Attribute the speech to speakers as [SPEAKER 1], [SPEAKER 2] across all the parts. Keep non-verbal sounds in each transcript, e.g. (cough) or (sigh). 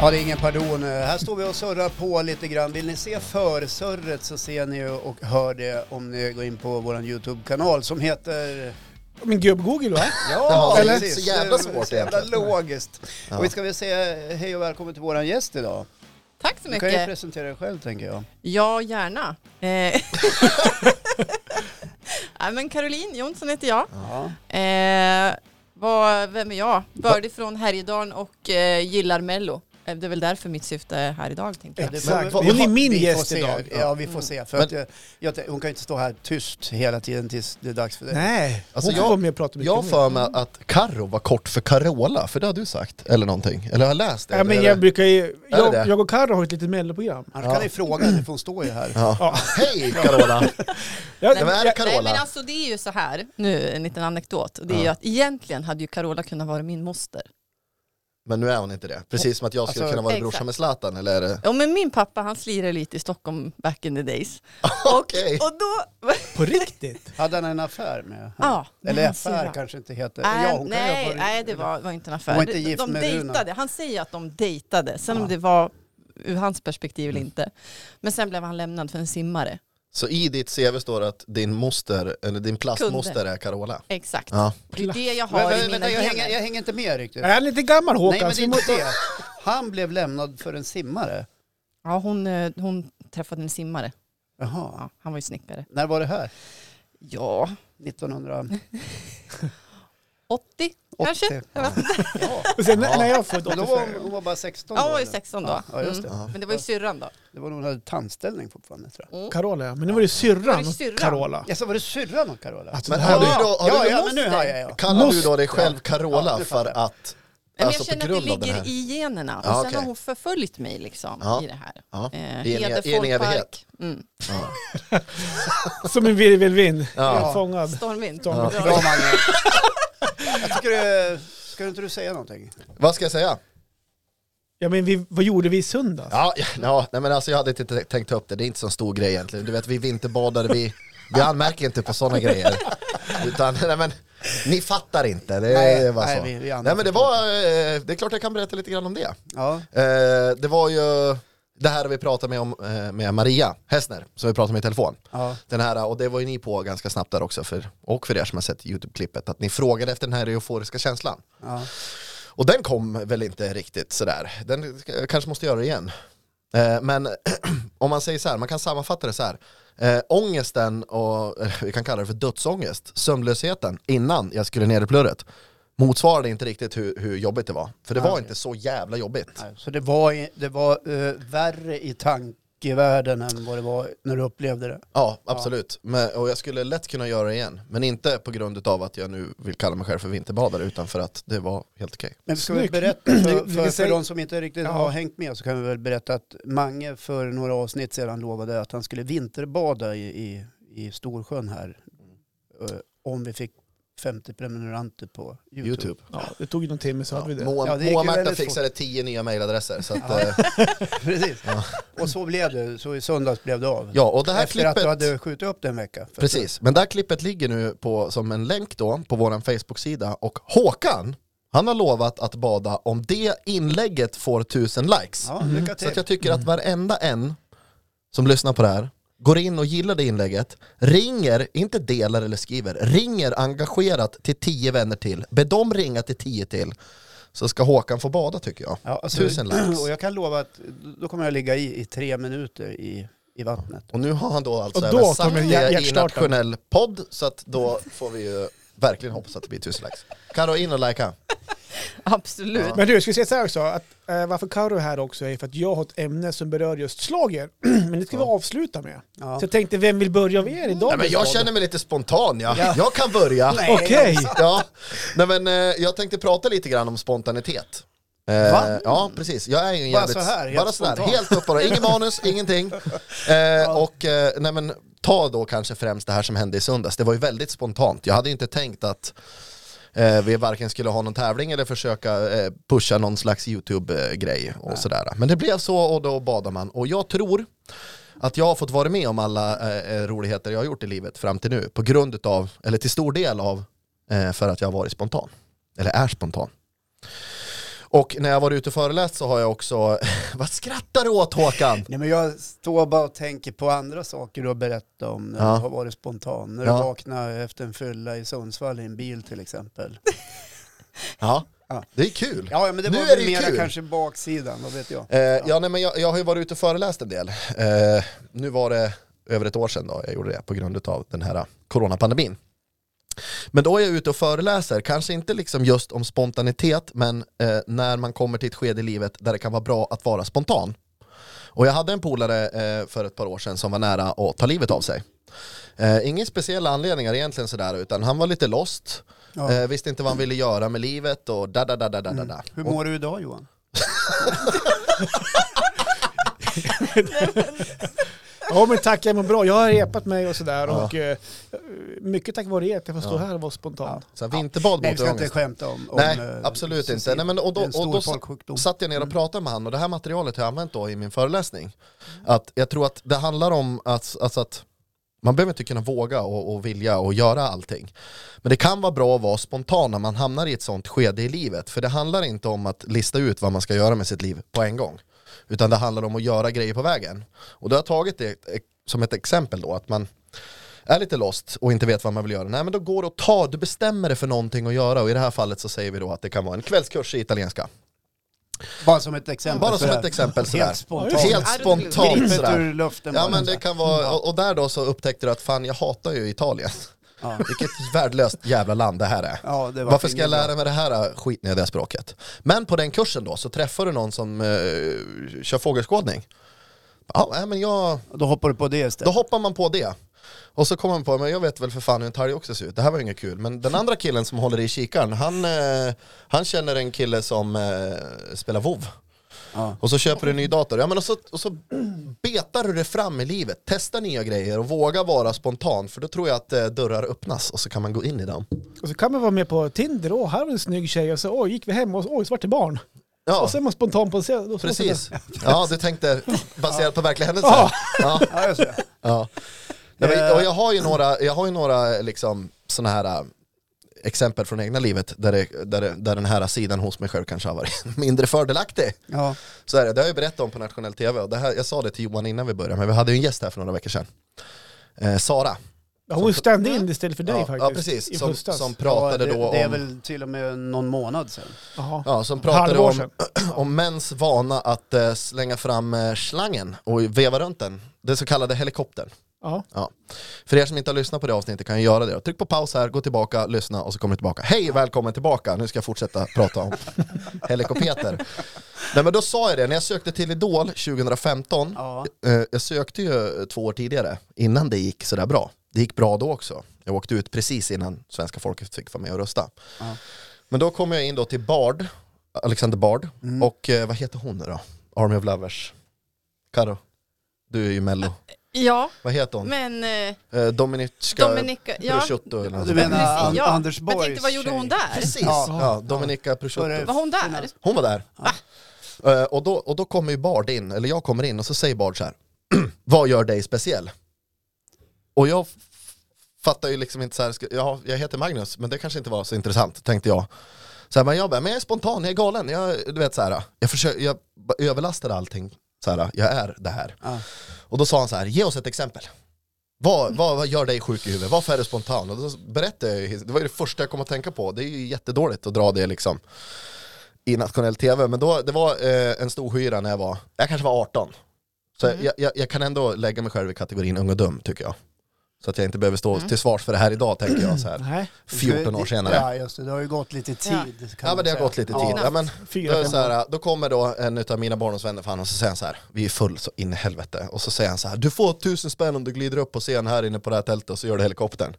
[SPEAKER 1] Ja, det är ingen pardon. Här står vi och surrar på lite grann. Vill ni se försurret så ser ni och hör det om ni går in på vår YouTube-kanal som heter...
[SPEAKER 2] Men gubb-Google
[SPEAKER 3] (laughs)
[SPEAKER 2] va?
[SPEAKER 1] Ja,
[SPEAKER 3] det är
[SPEAKER 1] precis.
[SPEAKER 3] så jävla svårt
[SPEAKER 1] Det är så jävla
[SPEAKER 3] egentligen.
[SPEAKER 1] logiskt.
[SPEAKER 3] Ja.
[SPEAKER 1] Och vi ska väl säga hej och välkommen till våran gäst idag.
[SPEAKER 4] Tack så
[SPEAKER 1] Du kan ju
[SPEAKER 4] mycket.
[SPEAKER 1] presentera dig själv tänker jag.
[SPEAKER 4] Ja, gärna. Eh. (laughs) Nej, men Caroline Jonsson heter jag.
[SPEAKER 1] Ja.
[SPEAKER 4] Eh, vad, vem är jag? Bördig från Härjedalen och eh, gillar Mello. Eh, Det är väl därför mitt syfte är här idag, tänker jag.
[SPEAKER 1] det-
[SPEAKER 2] Exakt.
[SPEAKER 1] men-
[SPEAKER 2] Hon är min
[SPEAKER 1] vi får
[SPEAKER 2] gäst
[SPEAKER 1] se.
[SPEAKER 2] idag.
[SPEAKER 1] Ja, vi får se. För
[SPEAKER 3] Men-
[SPEAKER 1] att, jag, jag, tänk- hon kan ju inte stå här tyst hela tiden tills det är dags för dig.
[SPEAKER 2] Nej,
[SPEAKER 3] Alltså,
[SPEAKER 2] hon
[SPEAKER 3] jag-
[SPEAKER 2] får vara med och prata mycket
[SPEAKER 3] Jag har
[SPEAKER 2] mer.
[SPEAKER 3] för mig att Carro var kort för Carola, för det har du sagt. Eller någonting. Eller har jag läst det?
[SPEAKER 2] Ja, men
[SPEAKER 3] eller?
[SPEAKER 2] jag brukar ju...
[SPEAKER 3] det?
[SPEAKER 2] Jag, jag och Carro har ett litet melloprogram.
[SPEAKER 1] Annars kan ni fråga henne för hon står ju här.
[SPEAKER 3] Ja.
[SPEAKER 2] Ja.
[SPEAKER 1] (laughs)
[SPEAKER 3] Hej Carola!
[SPEAKER 2] Jag,
[SPEAKER 3] Nej, men är det
[SPEAKER 4] Nej
[SPEAKER 3] Carola?
[SPEAKER 4] men alltså det är ju så här, nu en liten anekdot, det är
[SPEAKER 3] Ja.
[SPEAKER 4] ju att egentligen hade ju Carola kunnat vara min moster.
[SPEAKER 3] Men nu är hon inte det. Precis som att jag skulle
[SPEAKER 1] Alltså,
[SPEAKER 3] kunna vara brorsa
[SPEAKER 4] exakt.
[SPEAKER 3] med Zlatan, eller är det...
[SPEAKER 4] Ja men min pappa han slirade lite i Stockholm back in the days.
[SPEAKER 3] (laughs) Okej!
[SPEAKER 4] (laughs)
[SPEAKER 1] Eh.
[SPEAKER 4] Och då, (laughs)
[SPEAKER 2] På riktigt?
[SPEAKER 1] Hade han en affär med henne?
[SPEAKER 4] ja.
[SPEAKER 1] Eller
[SPEAKER 4] men
[SPEAKER 1] affär
[SPEAKER 4] syra.
[SPEAKER 1] kanske inte heter.
[SPEAKER 4] Nej,
[SPEAKER 1] ja, hon kan ju ha
[SPEAKER 4] nej,
[SPEAKER 1] varit-
[SPEAKER 4] nej, det var, var inte en affär.
[SPEAKER 1] Hon var inte gift
[SPEAKER 4] de
[SPEAKER 1] med
[SPEAKER 4] dejtade.
[SPEAKER 1] Runar.
[SPEAKER 4] Han säger att de dejtade, sen
[SPEAKER 1] Ja. Mm.
[SPEAKER 4] om det var ur hans perspektiv eller inte. Men sen blev han lämnad för en simmare.
[SPEAKER 3] Så i ditt CV står att din moster, eller din plastmoster är Carola.
[SPEAKER 4] Exakt.
[SPEAKER 3] Ja.
[SPEAKER 4] Det är det jag har
[SPEAKER 1] Men,
[SPEAKER 4] i
[SPEAKER 1] men,
[SPEAKER 4] mina
[SPEAKER 1] vänta, jag,
[SPEAKER 4] gener.
[SPEAKER 1] hänger, jag hänger inte med riktigt.
[SPEAKER 2] Är han lite gammal
[SPEAKER 1] Nej,
[SPEAKER 2] Håkan?
[SPEAKER 1] men
[SPEAKER 2] så
[SPEAKER 1] det är
[SPEAKER 2] vi må-
[SPEAKER 1] inte det. Han blev lämnad för en simmare.
[SPEAKER 4] Ja, hon, eh, hon träffade en simmare.
[SPEAKER 1] Jaha.
[SPEAKER 4] Ja, han var ju snickare.
[SPEAKER 1] När var det
[SPEAKER 4] (laughs)
[SPEAKER 1] här?
[SPEAKER 4] Ja,
[SPEAKER 1] 1980?
[SPEAKER 4] 80 kanske? Jag vet inte.
[SPEAKER 1] Ja.
[SPEAKER 2] Och sen, när jag är född
[SPEAKER 1] Men då
[SPEAKER 2] 84.
[SPEAKER 1] var hon, hon var bara 16
[SPEAKER 4] Ja, hon var ju
[SPEAKER 1] eller?
[SPEAKER 4] 16 då.
[SPEAKER 1] Ja, Alltså, just det.
[SPEAKER 4] Mm.
[SPEAKER 3] Ja.
[SPEAKER 4] Men det var ju syrran då.
[SPEAKER 1] Det var nog hon hade tandställning fortfarande tror jag.
[SPEAKER 2] Carola ja. Men nu var det
[SPEAKER 4] Var
[SPEAKER 2] syrran,
[SPEAKER 4] det syrran?
[SPEAKER 2] Carola.
[SPEAKER 1] Jaså, var det syrran och Carola?
[SPEAKER 2] Alltså,
[SPEAKER 3] Men
[SPEAKER 2] det
[SPEAKER 3] har
[SPEAKER 2] här
[SPEAKER 3] du
[SPEAKER 2] var-
[SPEAKER 3] då, har
[SPEAKER 1] ja,
[SPEAKER 3] du,
[SPEAKER 1] ja, men nu har jag ja.
[SPEAKER 3] kallar du
[SPEAKER 2] Måste.
[SPEAKER 3] då dig själv
[SPEAKER 1] Ja,
[SPEAKER 3] Carola
[SPEAKER 1] nu
[SPEAKER 3] för
[SPEAKER 1] fattar jag.
[SPEAKER 3] att...
[SPEAKER 4] Men
[SPEAKER 3] Alltså
[SPEAKER 4] jag
[SPEAKER 3] på
[SPEAKER 4] känner att
[SPEAKER 3] grund
[SPEAKER 4] det
[SPEAKER 3] av den
[SPEAKER 4] ligger
[SPEAKER 3] här...
[SPEAKER 4] i generna. Och
[SPEAKER 3] Ja,
[SPEAKER 4] sen
[SPEAKER 3] okej.
[SPEAKER 4] har hon förföljt mig liksom
[SPEAKER 3] Ja.
[SPEAKER 4] i det här.
[SPEAKER 3] Ja.
[SPEAKER 4] Eh,
[SPEAKER 3] I en- i en
[SPEAKER 4] Heder
[SPEAKER 3] evighet.
[SPEAKER 4] folkpark. Mm.
[SPEAKER 2] Som en virvelvind.
[SPEAKER 3] Ja.
[SPEAKER 2] Ja. Fångad.
[SPEAKER 4] Stormvind.
[SPEAKER 2] Ja.
[SPEAKER 1] Bra Mange. (laughs) Jag tycker du, ska du inte du säga någonting?
[SPEAKER 3] Vad ska jag säga?
[SPEAKER 2] Ja men vi, vad gjorde vi i söndags?
[SPEAKER 3] Ja, ja, ja, nej men alltså jag hade inte t- tänkt ta upp det, det är inte så stor grej egentligen. Du vet vi vinterbadar, vi, vi anmärker inte på sådana grejer. Utan, nej men, ni fattar inte, det
[SPEAKER 1] Nej,
[SPEAKER 3] är bara
[SPEAKER 1] nej,
[SPEAKER 3] så.
[SPEAKER 1] vi- vi andra
[SPEAKER 3] nej men det
[SPEAKER 1] förstår
[SPEAKER 3] var, eh, det är klart jag kan berätta lite grann om det.
[SPEAKER 1] Ja.
[SPEAKER 3] Eh, det var ju det här vi pratade med om eh, med Maria Hessner, som vi pratade med i telefon.
[SPEAKER 1] ja.
[SPEAKER 3] Den här, och det var ju ni på ganska snabbt där också, för, och för er som har sett YouTube-klippet, att ni frågade efter den här euforiska känslan.
[SPEAKER 1] ja.
[SPEAKER 3] Och den kom väl inte riktigt sådär. Den ska- jag kanske måste göra det igen. Eh, men (clears throat) om man säger så här, man kan sammanfatta det så här. Eh, ångesten och, eh, vi kan kalla det för dödsångest, sömnlösheten innan jag skulle ner i plurret motsvarade inte riktigt hur, hur jobbigt det var. För det var
[SPEAKER 1] Nej.
[SPEAKER 3] inte så jävla jobbigt.
[SPEAKER 1] Nej, Så det var, i- det var eh, värre i tankevärlden än vad det var när du upplevde det?
[SPEAKER 3] Ja, absolut. Men, och jag skulle lätt kunna göra det igen. Men inte på grund av att jag nu vill kalla mig själv för vinterbadare, utan för att det var helt okej.
[SPEAKER 1] Men vi ska väl
[SPEAKER 2] Snyggt.
[SPEAKER 1] berätta för,
[SPEAKER 2] Vi- vi
[SPEAKER 1] för, för
[SPEAKER 2] säger-
[SPEAKER 1] de som inte riktigt
[SPEAKER 2] Ja.
[SPEAKER 1] har hängt med så kan vi väl berätta att Mange för några avsnitt sedan lovade att han skulle vinterbada i, i, i Storsjön här. eh, Om vi fick 50 prenumeranter på YouTube.
[SPEAKER 3] Youtube.
[SPEAKER 2] Ja, det tog ju någon timme så hade vi det.
[SPEAKER 3] Moa,
[SPEAKER 1] Ja, det gick ju
[SPEAKER 3] Moa Märta
[SPEAKER 1] väldigt fort.
[SPEAKER 3] fixade tio nya mejladresser. Så att,
[SPEAKER 1] (laughs) Ja.
[SPEAKER 3] eh,
[SPEAKER 1] (laughs) Precis. Och så blev det. Så i söndags blev det av.
[SPEAKER 3] ja, och det här
[SPEAKER 1] Efter
[SPEAKER 3] klippet...
[SPEAKER 1] att du hade skjutit upp det en vecka. För-
[SPEAKER 3] Precis, men det här klippet ligger nu på, som en länk då på vår Facebook-sida och Håkan, han har lovat att bada om det inlägget får tusen likes.
[SPEAKER 1] Ja, lycka
[SPEAKER 3] Mm. Så att
[SPEAKER 1] till.
[SPEAKER 3] jag tycker att varenda en som lyssnar på det här går in och gillar det inlägget, ringer, inte delar eller skriver, ringer engagerat till tio vänner till, be dem ringa till tio till, så ska Håkan få bada tycker jag.
[SPEAKER 1] Ja, alltså,
[SPEAKER 3] Tusen
[SPEAKER 1] (clears throat)
[SPEAKER 3] likes.
[SPEAKER 1] Och jag kan lova att då kommer jag ligga i, i tre minuter i, i vattnet.
[SPEAKER 3] Och nu har han då alltså
[SPEAKER 2] Och då
[SPEAKER 3] även sagt
[SPEAKER 2] kommer
[SPEAKER 3] det i
[SPEAKER 2] hjärtstarten.
[SPEAKER 3] nationell podd, så att då får vi ju verkligen hoppas att det blir tusen likes. Karo, in och likea.
[SPEAKER 4] Absolut.
[SPEAKER 2] Men du, jag skulle säga så här också, att eh, varför Karo är här också är för att jag har ett ämne som berör just slager. (clears throat) men det ska vi avsluta med.
[SPEAKER 1] Ja.
[SPEAKER 2] Så jag tänkte, vem vill börja av er idag?
[SPEAKER 3] Nej, men jag känner mig lite spontan, ja. Jag kan börja.
[SPEAKER 1] Nej.
[SPEAKER 2] Okej!
[SPEAKER 3] (laughs) Ja. Nej, men, eh, jag tänkte prata lite grann om spontanitet. Eh,
[SPEAKER 1] Va?
[SPEAKER 3] Ja, precis. Jag är ju en
[SPEAKER 1] Bara
[SPEAKER 3] jävligt...
[SPEAKER 1] så här, helt
[SPEAKER 3] bara så här,
[SPEAKER 1] spontant.
[SPEAKER 3] Helt upp bara.
[SPEAKER 1] (laughs)
[SPEAKER 3] Ingen manus, ingenting. Eh, Och eh, nej, men, ta då kanske främst det här som hände i söndags. Det var ju väldigt spontant. Jag hade ju inte tänkt att eh, vi varken skulle ha någon tävling eller försöka eh, pusha någon slags YouTube-grej och sådär. Men det blev så och då badar man. Och jag tror att jag har fått vara med om alla eh, roligheter jag har gjort i livet fram till nu på grund utav, eller till stor del av, eh, för att jag har varit spontan. Eller är spontan. Och när jag var ute och föreläst så har jag också, (laughs) vad skrattar du åt Håkan?
[SPEAKER 1] Nej, men jag står bara och tänker på andra saker du har berättat om när
[SPEAKER 3] Ja.
[SPEAKER 1] du har varit spontan. När
[SPEAKER 3] Ja.
[SPEAKER 1] du vaknade efter en fylla i Sundsvall i en bil till
[SPEAKER 3] (laughs)
[SPEAKER 1] exempel.
[SPEAKER 3] Ja,
[SPEAKER 1] Ja.
[SPEAKER 3] det är kul.
[SPEAKER 1] Ja, ja, men det
[SPEAKER 3] Nu
[SPEAKER 1] var
[SPEAKER 3] är
[SPEAKER 1] väl
[SPEAKER 3] det ju
[SPEAKER 1] mera
[SPEAKER 3] kul.
[SPEAKER 1] kanske baksidan, vad vet jag.
[SPEAKER 3] Eh, ja, nej, men jag, jag har ju varit ute och föreläst en del. Eh, nu var det över ett år sedan då jag gjorde det på grund av den här coronapandemin. Men då är jag ute och föreläser, kanske inte liksom just om spontanitet, men eh, när man kommer till ett skede i livet där det kan vara bra att vara spontan. Och jag hade en polare eh, för ett par år sedan som var nära att ta livet av sig. Eh, ingen speciella anledningar egentligen sådär, utan han var lite lost,
[SPEAKER 1] Ja. Mm.
[SPEAKER 3] eh, visste inte vad han ville göra med livet och da da da da da da. da.
[SPEAKER 1] Hur mår du idag Johan?
[SPEAKER 2] Ja men tack, jag mår bra. Jag har repat mig och sådär. Och, eh, mycket tack vare er att jag får stå här och vara spontan.
[SPEAKER 3] Så här, vinterbad
[SPEAKER 1] Nej, vi
[SPEAKER 3] mot
[SPEAKER 1] ska
[SPEAKER 3] ångest.
[SPEAKER 1] inte skämta om, om
[SPEAKER 3] Nej,
[SPEAKER 1] eh,
[SPEAKER 3] absolut inte.
[SPEAKER 1] suicid.
[SPEAKER 3] Nej, men, och då,
[SPEAKER 1] Det är en stor
[SPEAKER 3] och då
[SPEAKER 1] folksjukdom.
[SPEAKER 3] satt jag ner och pratade med han och det här materialet har jag använt då i min föreläsning. Att jag tror att det handlar om att, alltså att man behöver inte kunna våga och, och vilja och göra allting. Men det kan vara bra att vara spontan när man hamnar i ett sånt skede i livet. För det handlar inte om att lista ut vad man ska göra med sitt liv på en gång. Utan det handlar om att göra grejer på vägen. Och då har jag tagit det eh, som ett exempel då, att man är lite lost och inte vet vad man vill göra, nej men då går det att ta, du bestämmer dig för någonting att göra och i det här fallet så säger vi då att det kan vara en kvällskurs i italienska.
[SPEAKER 1] Bara som ett exempel.
[SPEAKER 3] Bara som
[SPEAKER 1] sådär.
[SPEAKER 3] ett exempel sådär.
[SPEAKER 1] Helt spontant.
[SPEAKER 3] Helt
[SPEAKER 4] Out of the
[SPEAKER 3] spontant
[SPEAKER 4] blue.
[SPEAKER 1] Gripet
[SPEAKER 3] sådär.
[SPEAKER 1] ur luften
[SPEAKER 3] Ja
[SPEAKER 1] bara
[SPEAKER 3] men det
[SPEAKER 1] sådär.
[SPEAKER 3] kan vara, och, och där då så upptäckte du att fan jag hatar
[SPEAKER 1] (laughs)
[SPEAKER 3] ju Italien.
[SPEAKER 1] Ja.
[SPEAKER 3] Vilket värdelöst jävla land det här är.
[SPEAKER 1] Ja, det var
[SPEAKER 3] Varför ska jag
[SPEAKER 1] inget bra.
[SPEAKER 3] lära mig det här skitnödiga språket? Men på den kursen då så träffar du någon som eh, kör fågelskådning. Ja, nej, men jag,
[SPEAKER 1] Då hoppar du på det
[SPEAKER 3] då
[SPEAKER 1] istället.
[SPEAKER 3] hoppar man på det. Och så kommer man på, men jag vet väl för fan hur en talg också ser ut, det här var ju inget kul. Men den andra killen som håller i kikaren, han, eh, han känner en kille som eh, spelar vov.
[SPEAKER 1] Ja.
[SPEAKER 3] Och så köper du en ny dator. Ja, men och, så, och så betar du det fram i livet, testa nya grejer och våga vara spontan. För då tror jag att eh, dörrar öppnas och så kan man gå in i dem.
[SPEAKER 2] Och så kan man vara med på Tinder. Åh, här var en snygg tjej. Och så oj, gick vi hem och så, oj, så vart det barn.
[SPEAKER 3] Ja,
[SPEAKER 2] Och sen är man spontan på en
[SPEAKER 3] precis. Ja, du tänkte baserat på verkliga händelser.
[SPEAKER 2] Ja.
[SPEAKER 3] Ja.
[SPEAKER 1] Ja, just det.
[SPEAKER 3] Ja. Nej, men, och jag har
[SPEAKER 2] Eh.
[SPEAKER 3] ju några, jag har ju några liksom, såna här äh, exempel från egna livet där, det, där, det, där den här sidan hos mig själv kanske har varit (laughs) mindre fördelaktig.
[SPEAKER 1] Ja.
[SPEAKER 3] Så är det, det har jag ju berättat om på nationell tv och det här, jag sa det till Johan innan vi började, men vi hade ju en gäst här för några veckor sedan. Eh, Sara.
[SPEAKER 2] Hon är stand-in istället för dig
[SPEAKER 3] ja,
[SPEAKER 2] faktiskt.
[SPEAKER 3] ja, precis.
[SPEAKER 2] I
[SPEAKER 3] Som,
[SPEAKER 2] höstas.
[SPEAKER 3] som pratade
[SPEAKER 1] ja, det,
[SPEAKER 3] då om...
[SPEAKER 1] det är väl till och med någon månad sedan.
[SPEAKER 2] Jaha.
[SPEAKER 3] Ja, som pratade
[SPEAKER 2] Halvår
[SPEAKER 3] om,
[SPEAKER 2] sedan.
[SPEAKER 3] (clears throat) om mäns vana att eh, slänga fram eh, slangen och veva runt den. Det så kallade helikoptern.
[SPEAKER 2] Ja.
[SPEAKER 3] Ja. För er som inte har lyssnat på det avsnittet kan ju göra det. då. Tryck på paus här, gå tillbaka, lyssna och så kommer du tillbaka. Hej, välkommen tillbaka. Nu ska jag fortsätta
[SPEAKER 2] (laughs)
[SPEAKER 3] prata om helikopter. Nej men då sa jag det, när jag sökte till Idol 2015,
[SPEAKER 1] Ja.
[SPEAKER 3] eh, jag sökte ju två år tidigare innan det gick sådär bra. Det gick bra då också. Jag åkte ut precis innan svenska folket fick vara med och rösta.
[SPEAKER 1] Ja.
[SPEAKER 3] Men då kom jag in då till Bard, Alexander Bard,
[SPEAKER 1] Mm.
[SPEAKER 3] och eh, vad heter hon nu då? Army of Lovers. Karo, du är ju mello.
[SPEAKER 4] Ja,
[SPEAKER 3] Vad heter hon?
[SPEAKER 4] men eh,
[SPEAKER 3] Eh, Dominicka
[SPEAKER 4] Dominika, ja,
[SPEAKER 3] Prosciutto eller något
[SPEAKER 1] Du
[SPEAKER 3] sånt där.
[SPEAKER 1] menar An-
[SPEAKER 4] ja.
[SPEAKER 1] Anders
[SPEAKER 4] jag
[SPEAKER 1] Borgs
[SPEAKER 4] tänkte vad gjorde hon
[SPEAKER 1] tjej?
[SPEAKER 4] där?
[SPEAKER 3] Precis,
[SPEAKER 1] Ja.
[SPEAKER 3] ja, Dominica
[SPEAKER 1] Före-
[SPEAKER 3] Prosciutto.
[SPEAKER 4] Var hon där?
[SPEAKER 3] Hon var där. Eh, och, då, och då kommer ju Bard in, eller jag kommer in och så säger Bard så här. (clears throat) Vad gör dig speciell? Och jag f- fattar ju liksom inte så här, ska- ja, jag heter Magnus, men det kanske inte var så intressant, tänkte jag. Så här, men jag bara, men jag är spontan, jag är galen, jag, du vet så här, jag, försöker, jag bara överlastar allting, så här, jag är det här.
[SPEAKER 1] Ja.
[SPEAKER 3] Och då sa han så här, ge oss ett exempel. Vad, vad, vad gör dig sjuk i huvudet? Varför är du spontan? Och då berättade jag ju, det var ju det första jag kom att tänka på. Det är ju jättedåligt att dra det liksom i nationell tv. Men då, det var eh, en stor hyra när jag var, jag kanske var 18. Så jag, jag, jag kan ändå lägga mig själv i kategorin ung och dum tycker jag. Så att jag inte behöver stå till svars för det här idag tänker
[SPEAKER 2] (clears throat)
[SPEAKER 3] jag så här
[SPEAKER 2] Nej,
[SPEAKER 3] 14 år senare.
[SPEAKER 1] Ja, just det. Det har ju gått lite tid. kan
[SPEAKER 3] Ja men
[SPEAKER 1] man
[SPEAKER 3] det har
[SPEAKER 1] säga.
[SPEAKER 3] gått lite
[SPEAKER 1] Ja.
[SPEAKER 3] tid. Ja, men,
[SPEAKER 2] fyra,
[SPEAKER 3] då, är det
[SPEAKER 2] fem
[SPEAKER 3] så här, då kommer då en av mina barndomsvänner för han och så säger han så här, vi är full så in i helvete. Och så säger han så här, du får tusen spänn om du glider upp på scen här inne på det här tältet och så gör du helikoptern.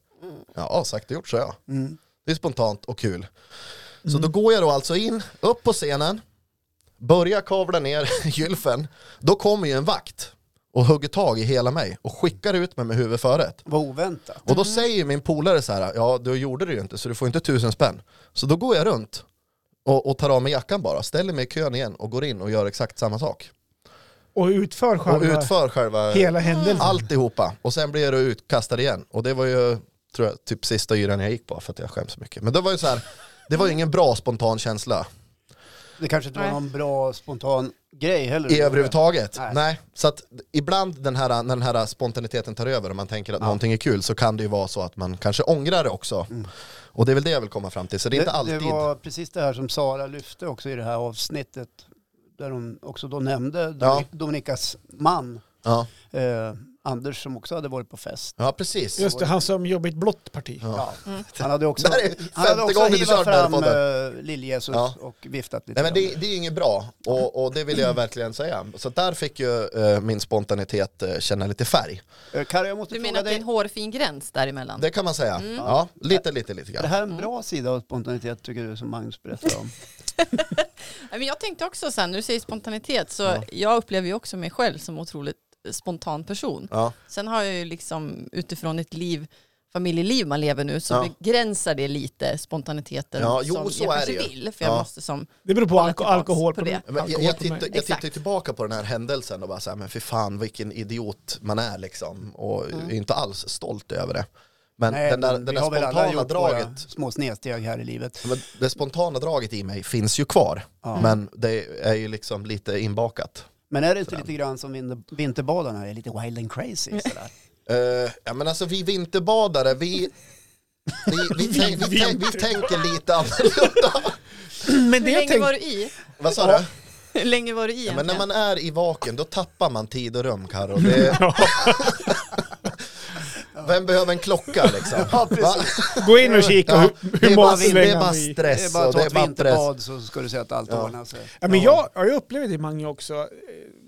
[SPEAKER 3] Ja, sagt och gjort så ja.
[SPEAKER 1] Mm.
[SPEAKER 3] Det är spontant och kul. Så
[SPEAKER 2] Mm.
[SPEAKER 3] då går jag då alltså in, upp på scenen, börjar kavla ner (laughs) gylfen. Då kommer ju en vakt och hugger tag i hela mig och skickar ut mig med huvudet föret.
[SPEAKER 1] Vad oväntat.
[SPEAKER 3] Och då säger min polare så här, ja du gjorde det ju inte så du får inte tusen spänn. Så då går jag runt och, och tar av mig jackan bara, ställer mig i kön igen och går in och gör exakt samma sak.
[SPEAKER 2] Och utför
[SPEAKER 3] Och
[SPEAKER 2] själva
[SPEAKER 3] utför själva
[SPEAKER 2] hela händelsen.
[SPEAKER 3] alltihopa. Och sen blir jag då utkastad igen. Och det var ju, tror jag, typ sista yran jag gick på för att jag skäms så mycket. Men det var ju så här, det var ju ingen bra spontan känsla.
[SPEAKER 1] Det kanske inte var
[SPEAKER 4] Nej.
[SPEAKER 1] någon bra spontan grej heller.
[SPEAKER 3] I överhuvudtaget. Nej.
[SPEAKER 1] Mm. Nej.
[SPEAKER 3] Så att ibland den här, när den här spontaniteten tar över och man tänker att
[SPEAKER 1] Ja.
[SPEAKER 3] någonting är kul så kan det ju vara så att man kanske ångrar det också.
[SPEAKER 1] Mm.
[SPEAKER 3] Och det är väl det jag vill komma fram till. Så det är inte alltid.
[SPEAKER 1] Det var precis det här som Sara lyfte också i det här avsnittet. Där hon också då nämnde
[SPEAKER 3] Ja.
[SPEAKER 1] Dominikas man,
[SPEAKER 3] Ja.
[SPEAKER 1] eh, Anders, som också hade varit på fest.
[SPEAKER 3] ja, precis.
[SPEAKER 2] Just det, han som jobbar i ett blått parti.
[SPEAKER 3] Ja.
[SPEAKER 4] Mm.
[SPEAKER 1] Han hade också,
[SPEAKER 3] Det här är
[SPEAKER 1] han hade
[SPEAKER 3] femte
[SPEAKER 1] också
[SPEAKER 3] gången du kört
[SPEAKER 1] hivat
[SPEAKER 3] det här,
[SPEAKER 1] fram
[SPEAKER 3] Fadde.
[SPEAKER 1] eh, lill-Jesus
[SPEAKER 3] Ja.
[SPEAKER 1] och viftat lite.
[SPEAKER 3] Nej men
[SPEAKER 1] grann.
[SPEAKER 3] det, det är ju inget bra och, och det vill jag verkligen säga. Så där fick ju eh, min spontanitet eh, känna lite färg.
[SPEAKER 1] Eh, Karo, jag måste
[SPEAKER 4] Du menar
[SPEAKER 1] fråga
[SPEAKER 4] att det är en
[SPEAKER 1] dig.
[SPEAKER 4] hårfin gräns däremellan?
[SPEAKER 3] Det kan man säga.
[SPEAKER 4] Mm.
[SPEAKER 3] Ja, lite, lite, lite
[SPEAKER 1] Är det
[SPEAKER 3] grann.
[SPEAKER 1] här en bra sida av spontanitet tycker du som Magnus berättade om?
[SPEAKER 4] Nej, men jag tänkte också sen, när du säger spontanitet, så
[SPEAKER 3] Ja.
[SPEAKER 4] jag upplever ju också mig själv som otroligt spontan person.
[SPEAKER 3] Ja,
[SPEAKER 4] Sen har jag ju liksom utifrån ett liv, familjeliv man lever nu, så
[SPEAKER 3] Ja.
[SPEAKER 4] begränsar det lite spontaniteten
[SPEAKER 3] Ja, jo,
[SPEAKER 4] som
[SPEAKER 3] så
[SPEAKER 4] jag
[SPEAKER 3] är
[SPEAKER 4] kanske
[SPEAKER 3] det ju.
[SPEAKER 4] vill. För jag
[SPEAKER 3] Ja.
[SPEAKER 4] måste som,
[SPEAKER 2] Det beror på
[SPEAKER 4] Kolla
[SPEAKER 2] alko
[SPEAKER 4] tillbaks
[SPEAKER 2] alkohol.
[SPEAKER 4] på
[SPEAKER 2] På
[SPEAKER 4] det.
[SPEAKER 2] mig.
[SPEAKER 3] men jag,
[SPEAKER 2] Alkohol
[SPEAKER 3] jag,
[SPEAKER 2] på mig. (clears throat)
[SPEAKER 3] tittar, jag tittar
[SPEAKER 4] Exakt.
[SPEAKER 3] tillbaka på den här händelsen och bara så här, men fy fan vilken idiot man är liksom. Och är inte alls stolt över det. Men
[SPEAKER 1] Nej,
[SPEAKER 3] den där,
[SPEAKER 1] men vi
[SPEAKER 3] den där
[SPEAKER 1] har väl alla
[SPEAKER 3] spontana
[SPEAKER 1] gjort
[SPEAKER 3] draget,
[SPEAKER 1] våra små snedsteg här i livet.
[SPEAKER 3] men det spontana draget i mig finns ju kvar.
[SPEAKER 1] Ja.
[SPEAKER 3] Men det är ju liksom lite inbakat.
[SPEAKER 1] Men är det inte lite grann som vinter- vinterbadarna är lite wild and
[SPEAKER 4] Mm.
[SPEAKER 1] crazy
[SPEAKER 3] (laughs)
[SPEAKER 1] sådär?
[SPEAKER 3] Eh, ja men alltså vi vinterbadare, vi, vi, vi, tänk, vi, tänk, vi tänker lite annorlunda.
[SPEAKER 2] Men det
[SPEAKER 4] hur
[SPEAKER 2] jag
[SPEAKER 4] länge var
[SPEAKER 2] tänkte,
[SPEAKER 4] du i?
[SPEAKER 3] Vad sa du?
[SPEAKER 4] Hur länge var du i
[SPEAKER 3] Ja, men när
[SPEAKER 4] egentligen?
[SPEAKER 3] man är i vaken då tappar man tid och rum
[SPEAKER 2] (laughs)
[SPEAKER 3] Karo. Det... (laughs) Vem behöver en klocka liksom?
[SPEAKER 1] Ja, precis.
[SPEAKER 3] Va?
[SPEAKER 2] gå in och kika
[SPEAKER 3] Ja,
[SPEAKER 2] hur,
[SPEAKER 3] det,
[SPEAKER 2] hur
[SPEAKER 3] är bara,
[SPEAKER 2] många
[SPEAKER 3] det är
[SPEAKER 2] svängar
[SPEAKER 3] bara
[SPEAKER 2] vi...
[SPEAKER 1] det är
[SPEAKER 3] stress
[SPEAKER 1] bara att
[SPEAKER 3] och det
[SPEAKER 1] ta
[SPEAKER 3] är
[SPEAKER 1] ett
[SPEAKER 3] bara press.
[SPEAKER 1] vinterbad så ska du se att allt
[SPEAKER 3] Ja.
[SPEAKER 1] ordnar sig.
[SPEAKER 2] Ja, men jag, jag upplever det Mange också, eh,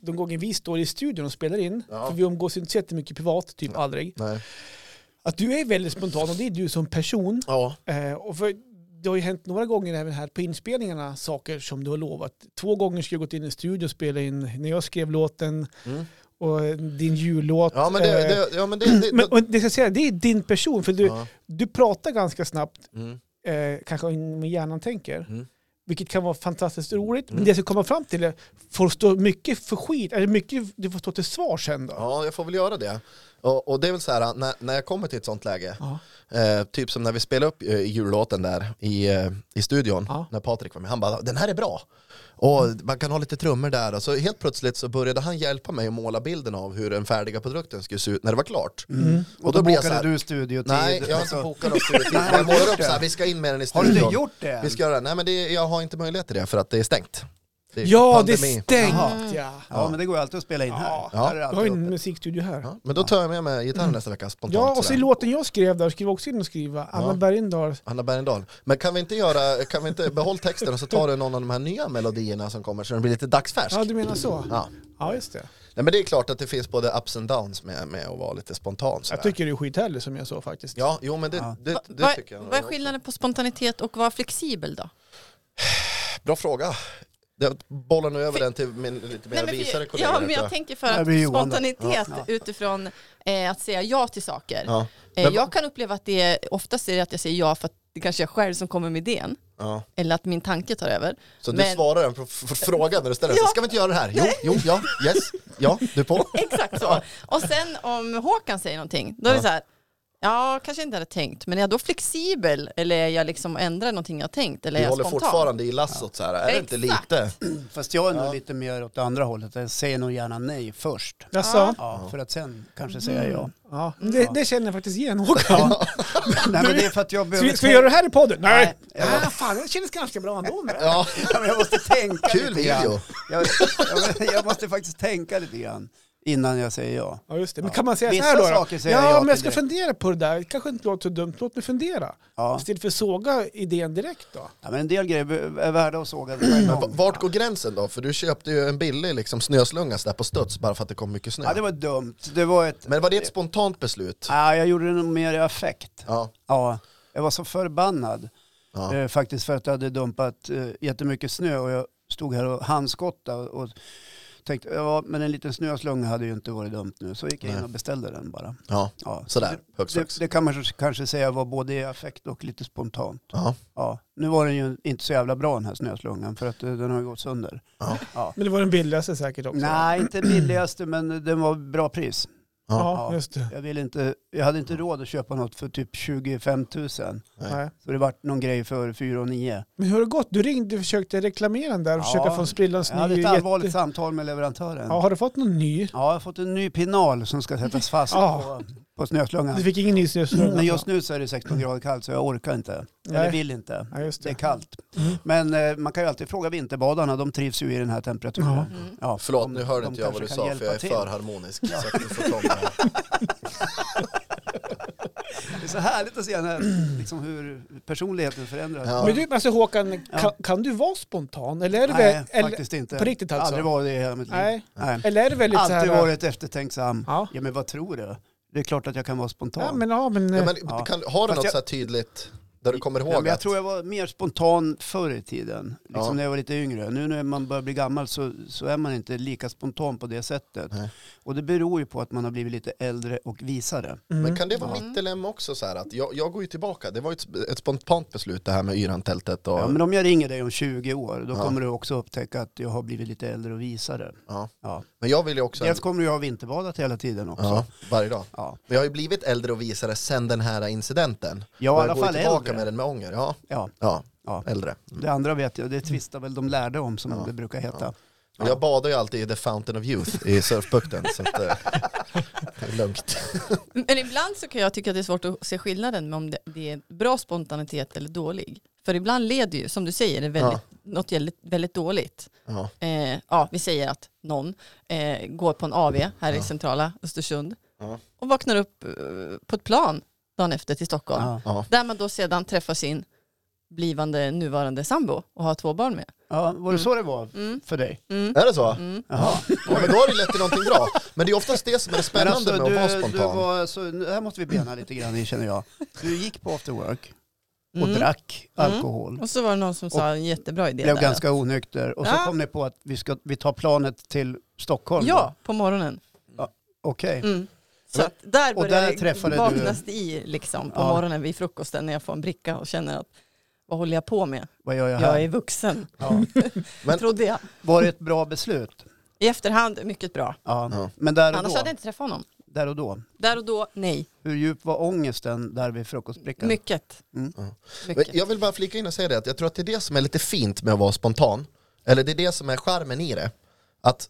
[SPEAKER 2] de gånger vi står i studion och spelar in,
[SPEAKER 3] Ja.
[SPEAKER 2] för vi umgås inte så jättemycket privat, typ aldrig,
[SPEAKER 3] Nej.
[SPEAKER 2] att du är väldigt spontan och det är du som person.
[SPEAKER 3] Ja.
[SPEAKER 2] Eh, och för, det har ju hänt några gånger även här på inspelningarna, saker som du har lovat. Två gånger skulle jag gått in i studion och spela in när jag skrev låten
[SPEAKER 3] Mm.
[SPEAKER 2] och eh, din jullåt.
[SPEAKER 3] Ja men det,
[SPEAKER 2] Eh,
[SPEAKER 3] det, ja, men det, det,
[SPEAKER 2] men, och det ska jag säga, det är din person, för du,
[SPEAKER 3] ja.
[SPEAKER 2] du pratar ganska snabbt,
[SPEAKER 3] Mm.
[SPEAKER 2] eh, kanske om hjärnan tänker.
[SPEAKER 3] Mm.
[SPEAKER 2] Vilket kan vara fantastiskt roligt.
[SPEAKER 3] Mm.
[SPEAKER 2] Men det jag ska komma fram till är, får stå mycket för skit, eller mycket du får stå till svar sen då.
[SPEAKER 3] ja, jag får väl göra det. Och, och det är väl så här, äh, när, när jag kommer till ett sånt läge,
[SPEAKER 2] Ja.
[SPEAKER 3] Eh, typ som när vi spelade upp eh, jullåten där i, eh, i studion,
[SPEAKER 2] Ja.
[SPEAKER 3] när Patrik var med. Han bara, den här är bra. Och man kan ha lite trummor där. Och så helt plötsligt så började han hjälpa mig att måla bilden av hur den färdiga produkten skulle se ut när det var klart.
[SPEAKER 2] Mm.
[SPEAKER 1] Och, då,
[SPEAKER 3] blir jag så
[SPEAKER 1] bokade
[SPEAKER 3] här,
[SPEAKER 1] du studiotid.
[SPEAKER 3] Nej, jag har inte
[SPEAKER 1] Mm. Alltså,
[SPEAKER 3] bokat någon
[SPEAKER 1] (laughs)
[SPEAKER 3] studiotid.
[SPEAKER 1] Nej,
[SPEAKER 3] Jag målar
[SPEAKER 1] gjort
[SPEAKER 3] upp så här,
[SPEAKER 1] det.
[SPEAKER 3] vi ska in med den i
[SPEAKER 1] Har
[SPEAKER 3] studion.
[SPEAKER 1] du inte gjort det än?
[SPEAKER 3] Vi ska göra det. Nej men det, jag har inte möjlighet till det för att det är stängt. Det är
[SPEAKER 2] Ja, det är
[SPEAKER 3] pandemi.
[SPEAKER 2] stängt ja.
[SPEAKER 1] Ja, men det går ju alltid att spela in här.
[SPEAKER 2] Ja.
[SPEAKER 3] Ja.
[SPEAKER 1] här är det
[SPEAKER 2] Du har ju
[SPEAKER 1] alltid
[SPEAKER 2] en
[SPEAKER 1] öppet.
[SPEAKER 2] musikstudio här. Ja,
[SPEAKER 3] Ja, men då tar jag med mig gitarren nästa vecka spontant.
[SPEAKER 2] Mm. och så i
[SPEAKER 3] sådär.
[SPEAKER 2] låten jag skrev där skrev jag också in och skriva, Anna
[SPEAKER 3] Ja.
[SPEAKER 2] Bergendahl.
[SPEAKER 3] Anna Bergendahl. Men kan vi inte göra, kan vi inte behålla texten och så tar du någon av de här nya melodierna som kommer så den blir lite dagsfärsk?
[SPEAKER 2] Ja, du menar så?
[SPEAKER 3] Ja.
[SPEAKER 2] Ja, just det.
[SPEAKER 3] Nej men det är klart att det finns både ups and downs med, med att vara lite spontan
[SPEAKER 2] Jag
[SPEAKER 3] sådär.
[SPEAKER 2] tycker det är skithärligt som jag sa faktiskt.
[SPEAKER 3] Ja, jo men det,
[SPEAKER 1] Ja.
[SPEAKER 3] det,
[SPEAKER 4] Va-
[SPEAKER 3] det,
[SPEAKER 4] va-
[SPEAKER 3] tycker jag.
[SPEAKER 4] Vad är skillnaden på spontanitet och vara flexibel då?
[SPEAKER 3] Bra fråga. Jag bollar nu över
[SPEAKER 4] För-
[SPEAKER 3] den till min lite mer
[SPEAKER 4] Nej, men för-
[SPEAKER 3] visare kollega.
[SPEAKER 4] ja,
[SPEAKER 3] här,
[SPEAKER 4] men
[SPEAKER 3] tror
[SPEAKER 4] jag tänker för
[SPEAKER 1] Nej, det blir
[SPEAKER 4] att
[SPEAKER 1] Johan då.
[SPEAKER 4] spontanitet
[SPEAKER 1] Ja.
[SPEAKER 4] utifrån eh, att säga ja till saker.
[SPEAKER 3] Ja.
[SPEAKER 4] Eh,
[SPEAKER 3] Men-
[SPEAKER 4] jag kan uppleva att det är, oftast är det att jag säger ja för att det kanske är jag själv som kommer med idén.
[SPEAKER 3] Ja.
[SPEAKER 4] Eller att min tanke tar över.
[SPEAKER 3] Så du
[SPEAKER 4] Men-
[SPEAKER 3] svarar den på f- f- frågan när du ställer den.
[SPEAKER 4] Ja.
[SPEAKER 3] Ska vi inte göra det här? Jo, jo, ja, yes, ja, du är på.
[SPEAKER 4] (laughs) Exakt så. Och sen om Håkan säger någonting, då är
[SPEAKER 3] Ja.
[SPEAKER 4] det så här, ja, kanske inte hade tänkt, men är jag då flexibel eller är jag liksom ändrar någonting jag tänkt eller
[SPEAKER 3] Du
[SPEAKER 4] är jag
[SPEAKER 3] håller
[SPEAKER 4] spontan?
[SPEAKER 3] fortfarande i lassot så här. Är det inte
[SPEAKER 4] Exakt.
[SPEAKER 3] lite?
[SPEAKER 1] Fast jag är nog lite mer åt det andra hållet. Jag säger nog gärna nej först.
[SPEAKER 2] Jag sa,
[SPEAKER 1] Ja, för att sen kanske säga ja.
[SPEAKER 2] ja. Det, det känner jag faktiskt
[SPEAKER 3] (laughs)
[SPEAKER 2] igen Håkan.
[SPEAKER 1] (laughs) Nej, men det är för att jag
[SPEAKER 2] Ska vi-
[SPEAKER 1] behöver...
[SPEAKER 2] ska vi göra det här i podden? Nej!
[SPEAKER 1] Nej.
[SPEAKER 2] ah, fan, det kändes ganska bra ändå. Men.
[SPEAKER 3] Ja,
[SPEAKER 1] (laughs) Ja, men jag måste tänka
[SPEAKER 3] kul
[SPEAKER 1] lite grann.
[SPEAKER 3] video.
[SPEAKER 1] Jag, jag, jag måste faktiskt tänka lite grann innan jag säger ja.
[SPEAKER 2] Ja just det, men kan man säga
[SPEAKER 1] Vissa
[SPEAKER 2] så här då? då?
[SPEAKER 1] saker säger
[SPEAKER 2] ja,
[SPEAKER 1] jag
[SPEAKER 2] men jag
[SPEAKER 1] till
[SPEAKER 2] ska
[SPEAKER 1] direkt.
[SPEAKER 2] fundera på det där, det kanske inte låter så dumt, låt mig fundera.
[SPEAKER 1] Ja.
[SPEAKER 2] Istället för att såga idén direkt då.
[SPEAKER 1] ja men en del grejer be- är värda att såga på en
[SPEAKER 3] V-
[SPEAKER 1] gång.
[SPEAKER 3] Vart går gränsen då? För du köpte ju en billig liksom, snöslunga så där på studs bara för att det kom mycket snö.
[SPEAKER 1] Ja, det var dumt. Det var ett...
[SPEAKER 3] Men var det ett spontant beslut?
[SPEAKER 1] Ja, jag gjorde det nog mer i affekt.
[SPEAKER 3] Ja.
[SPEAKER 1] Ja, jag var så förbannad
[SPEAKER 3] Ja.
[SPEAKER 1] eh, faktiskt för att jag hade dumpat eh, jättemycket snö och jag stod här och handskottade och tänkte ja men en liten snöslunga hade ju inte varit dumt nu så gick jag in
[SPEAKER 3] Nej.
[SPEAKER 1] och beställde den bara.
[SPEAKER 3] ja,
[SPEAKER 1] Ja, så
[SPEAKER 3] sådär. Högst
[SPEAKER 1] det, det,
[SPEAKER 3] högst.
[SPEAKER 1] det kan man kanske säga var både i affekt och lite spontant.
[SPEAKER 3] Ja.
[SPEAKER 1] Ja, nu var den ju inte så jävla bra den här snöslungan för att eh, den har ju gått sönder.
[SPEAKER 3] Ja.
[SPEAKER 1] Ja.
[SPEAKER 2] Men det var den billigaste säkert också.
[SPEAKER 1] Nej, inte billigaste men den var bra pris.
[SPEAKER 3] Ja.
[SPEAKER 2] Ja,
[SPEAKER 1] Ja.
[SPEAKER 2] just det.
[SPEAKER 1] Jag, ville inte, jag hade inte råd att köpa något för typ 25 000.
[SPEAKER 3] Nej.
[SPEAKER 2] Nej.
[SPEAKER 1] Så det vart någon grej för 4 9.
[SPEAKER 2] Men hur har det gått? Du ringde och försökte reklamera den där och
[SPEAKER 1] Ja,
[SPEAKER 2] försöka få en sprillans
[SPEAKER 1] Jag hade
[SPEAKER 2] ny
[SPEAKER 1] ett allvarligt
[SPEAKER 2] jätte-
[SPEAKER 1] samtal med leverantören.
[SPEAKER 2] Ja,
[SPEAKER 1] Ja.
[SPEAKER 2] har du fått någon ny?
[SPEAKER 1] jag har fått en ny pinal som ska sättas fast
[SPEAKER 2] Ja.
[SPEAKER 1] på, på snöslungan.
[SPEAKER 2] Du fick ingen ny snöslunga?
[SPEAKER 1] Men just nu så är det 16 grader kallt så jag orkar inte. Eller
[SPEAKER 2] Nej.
[SPEAKER 1] vill inte.
[SPEAKER 2] Ja, just
[SPEAKER 1] Det
[SPEAKER 2] det.
[SPEAKER 1] är kallt.
[SPEAKER 2] Mm.
[SPEAKER 1] Men eh, man kan ju alltid fråga vinterbadarna, de trivs ju i den här temperaturen.
[SPEAKER 2] Ja.
[SPEAKER 4] Mm.
[SPEAKER 1] Ja,
[SPEAKER 3] Förlåt,
[SPEAKER 1] de-
[SPEAKER 3] nu hörde
[SPEAKER 1] de
[SPEAKER 3] inte jag vad
[SPEAKER 1] kanske
[SPEAKER 3] du
[SPEAKER 1] kan
[SPEAKER 3] sa
[SPEAKER 1] hjälpa
[SPEAKER 3] för jag är
[SPEAKER 1] till.
[SPEAKER 3] för harmonisk. Så att du får komma.
[SPEAKER 1] (laughs) Det är så härligt att se när, liksom, hur personligheten förändras.
[SPEAKER 3] Ja.
[SPEAKER 2] Men du, alltså Håkan,
[SPEAKER 1] Ja.
[SPEAKER 2] kan, kan du vara spontan? Eller är det
[SPEAKER 1] Nej,
[SPEAKER 2] väl, eller,
[SPEAKER 1] faktiskt inte.
[SPEAKER 2] på riktigt alltså?
[SPEAKER 1] Aldrig varit det i hela mitt liv.
[SPEAKER 2] nej.
[SPEAKER 1] Nej.
[SPEAKER 2] Eller är det väldigt så här...
[SPEAKER 1] Alltid varit eftertänksam.
[SPEAKER 2] Ja,
[SPEAKER 1] Ja men vad tror du? Det är klart att jag kan vara spontan.
[SPEAKER 2] ja men... Ja, men,
[SPEAKER 3] Ja, men,
[SPEAKER 1] Ja.
[SPEAKER 3] kan, har du
[SPEAKER 1] Fast
[SPEAKER 3] något
[SPEAKER 1] jag-
[SPEAKER 3] så här tydligt där du kommer ihåg
[SPEAKER 1] Ja, men jag
[SPEAKER 3] att...
[SPEAKER 1] tror jag var mer spontan förr i tiden. Liksom
[SPEAKER 3] Ja.
[SPEAKER 1] när jag var lite yngre. Nu när man börjar bli gammal så, så är man inte lika spontan på det sättet.
[SPEAKER 3] Nej.
[SPEAKER 1] Och det beror ju på att man har blivit lite äldre och visare.
[SPEAKER 2] mm.
[SPEAKER 3] Men kan det vara
[SPEAKER 4] Mm.
[SPEAKER 3] mitt dilemma också så här att jag, jag går ju tillbaka, det var ju ett, ett spontant beslut det här med Yran-tältet och...
[SPEAKER 1] Ja, men om jag ringer dig om 20 år, då
[SPEAKER 3] Ja.
[SPEAKER 1] kommer du också upptäcka att jag har blivit lite äldre och visare.
[SPEAKER 3] Ja.
[SPEAKER 1] Ja.
[SPEAKER 3] Men jag vill ju också...
[SPEAKER 1] Dels kommer du ha vinterbadat hela tiden också.
[SPEAKER 3] ja,
[SPEAKER 1] Ja,
[SPEAKER 3] varje dag.
[SPEAKER 1] ja.
[SPEAKER 3] Men jag har ju blivit äldre och visare sen den här incidenten.
[SPEAKER 1] jag i
[SPEAKER 3] jag
[SPEAKER 1] alla
[SPEAKER 3] går ju
[SPEAKER 1] fall
[SPEAKER 3] tillbaka
[SPEAKER 1] äldre.
[SPEAKER 3] med den med ånger. Ja,
[SPEAKER 1] Ja,
[SPEAKER 3] ja,
[SPEAKER 1] ja.
[SPEAKER 3] äldre. Mm.
[SPEAKER 1] Det andra vet jag, det tvistar väl de lärde om som
[SPEAKER 3] Ja.
[SPEAKER 1] det brukar heta.
[SPEAKER 3] Och Jag badar ju alltid i The Fountain of Youth i surfbukten så att, eh, det är lugnt.
[SPEAKER 4] Men ibland så kan jag tycka att det är svårt att se skillnaden med om det, det är bra spontanitet eller dålig. För ibland leder ju, som du säger, det väldigt, något väldigt, väldigt dåligt.
[SPEAKER 3] Ja.
[SPEAKER 4] Eh, ja, vi säger att någon eh, går på en AV här i
[SPEAKER 3] Ja.
[SPEAKER 4] centrala Östersund
[SPEAKER 3] Ja.
[SPEAKER 4] och vaknar upp eh, på ett plan dagen efter till Stockholm.
[SPEAKER 1] Ja.
[SPEAKER 3] Ja.
[SPEAKER 4] Där man då sedan träffar sin blivande nuvarande sambo och har två barn med.
[SPEAKER 1] Ja, var det så det var
[SPEAKER 4] Mm,
[SPEAKER 1] för dig?
[SPEAKER 4] mm,
[SPEAKER 3] Är det så?
[SPEAKER 4] mm.
[SPEAKER 1] Jaha.
[SPEAKER 3] Ja, men då har det lett till någonting bra. Men det är oftast det som är det
[SPEAKER 1] Men
[SPEAKER 3] spännande
[SPEAKER 1] alltså,
[SPEAKER 3] med att
[SPEAKER 1] du,
[SPEAKER 3] vara
[SPEAKER 1] du
[SPEAKER 3] spontan.
[SPEAKER 1] var, så, det här måste vi bena lite grann i känner jag. Du gick på after work och
[SPEAKER 4] Mm.
[SPEAKER 1] drack
[SPEAKER 4] Mm.
[SPEAKER 1] alkohol.
[SPEAKER 4] Och så var det någon som sa en jättebra idé.
[SPEAKER 1] Blev
[SPEAKER 4] där.
[SPEAKER 1] ganska onykter och så
[SPEAKER 4] Ja.
[SPEAKER 1] kom ni på att vi, ska, vi tar planet till Stockholm.
[SPEAKER 4] Ja, på morgonen.
[SPEAKER 1] då. Okej.
[SPEAKER 4] Mm. Så att där
[SPEAKER 1] Och
[SPEAKER 4] börjar
[SPEAKER 1] där
[SPEAKER 4] det
[SPEAKER 1] träffade du-
[SPEAKER 4] vaknas det i liksom, på
[SPEAKER 1] Ja.
[SPEAKER 4] morgonen vid frukosten när jag får en bricka och känner att vad håller jag på med?
[SPEAKER 1] Vad gör jag här?
[SPEAKER 4] Jag är vuxen,
[SPEAKER 1] Ja.
[SPEAKER 3] Men-
[SPEAKER 4] trodde jag.
[SPEAKER 1] Var det ett bra beslut?
[SPEAKER 4] I efterhand, mycket bra.
[SPEAKER 1] Ja.
[SPEAKER 3] Ja.
[SPEAKER 1] Men där och,
[SPEAKER 4] Annars
[SPEAKER 1] då,
[SPEAKER 4] hade jag inte träffat honom.
[SPEAKER 1] där och då,
[SPEAKER 4] Där och då, nej.
[SPEAKER 1] hur djup var ångesten där vid frukostbrickan?
[SPEAKER 4] Mycket.
[SPEAKER 1] Mm.
[SPEAKER 3] Ja. Men
[SPEAKER 4] mycket.
[SPEAKER 3] jag vill bara flika in och säga det, att jag tror att det är det som är lite fint med att vara spontan. Eller det är det som är charmen i det. Att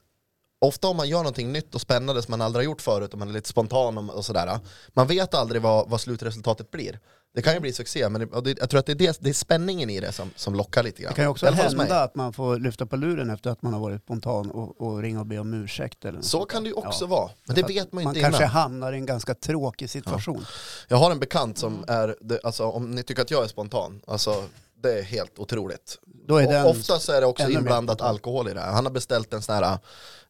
[SPEAKER 3] ofta om man gör någonting nytt och spännande som man aldrig har gjort förut, och man är lite spontan och, och sådär, man vet aldrig vad, vad slutresultatet blir. Det kan ju bli succé, men det, och det, jag tror att det är, det, det är spänningen i det som, som lockar lite grann.
[SPEAKER 1] Det kan ju också
[SPEAKER 3] I alla fall hos mig.
[SPEAKER 1] hända att man får lyfta på luren efter att man har varit spontan och, och ringa och be om ursäkt. Eller något
[SPEAKER 3] Så
[SPEAKER 1] sånt där.
[SPEAKER 3] kan det ju också
[SPEAKER 1] Ja.
[SPEAKER 3] vara, men det
[SPEAKER 1] För att
[SPEAKER 3] vet man ju
[SPEAKER 1] Man
[SPEAKER 3] inte
[SPEAKER 1] kanske
[SPEAKER 3] innan.
[SPEAKER 1] hamnar i en ganska tråkig situation.
[SPEAKER 3] Jag har en bekant som är, det, alltså om ni tycker att jag är spontan, alltså det är helt otroligt.
[SPEAKER 1] Då är den...
[SPEAKER 3] Och ofta så är det också
[SPEAKER 1] ännu mer
[SPEAKER 3] inblandat
[SPEAKER 1] spontan.
[SPEAKER 3] alkohol i det här. Han har beställt en sån här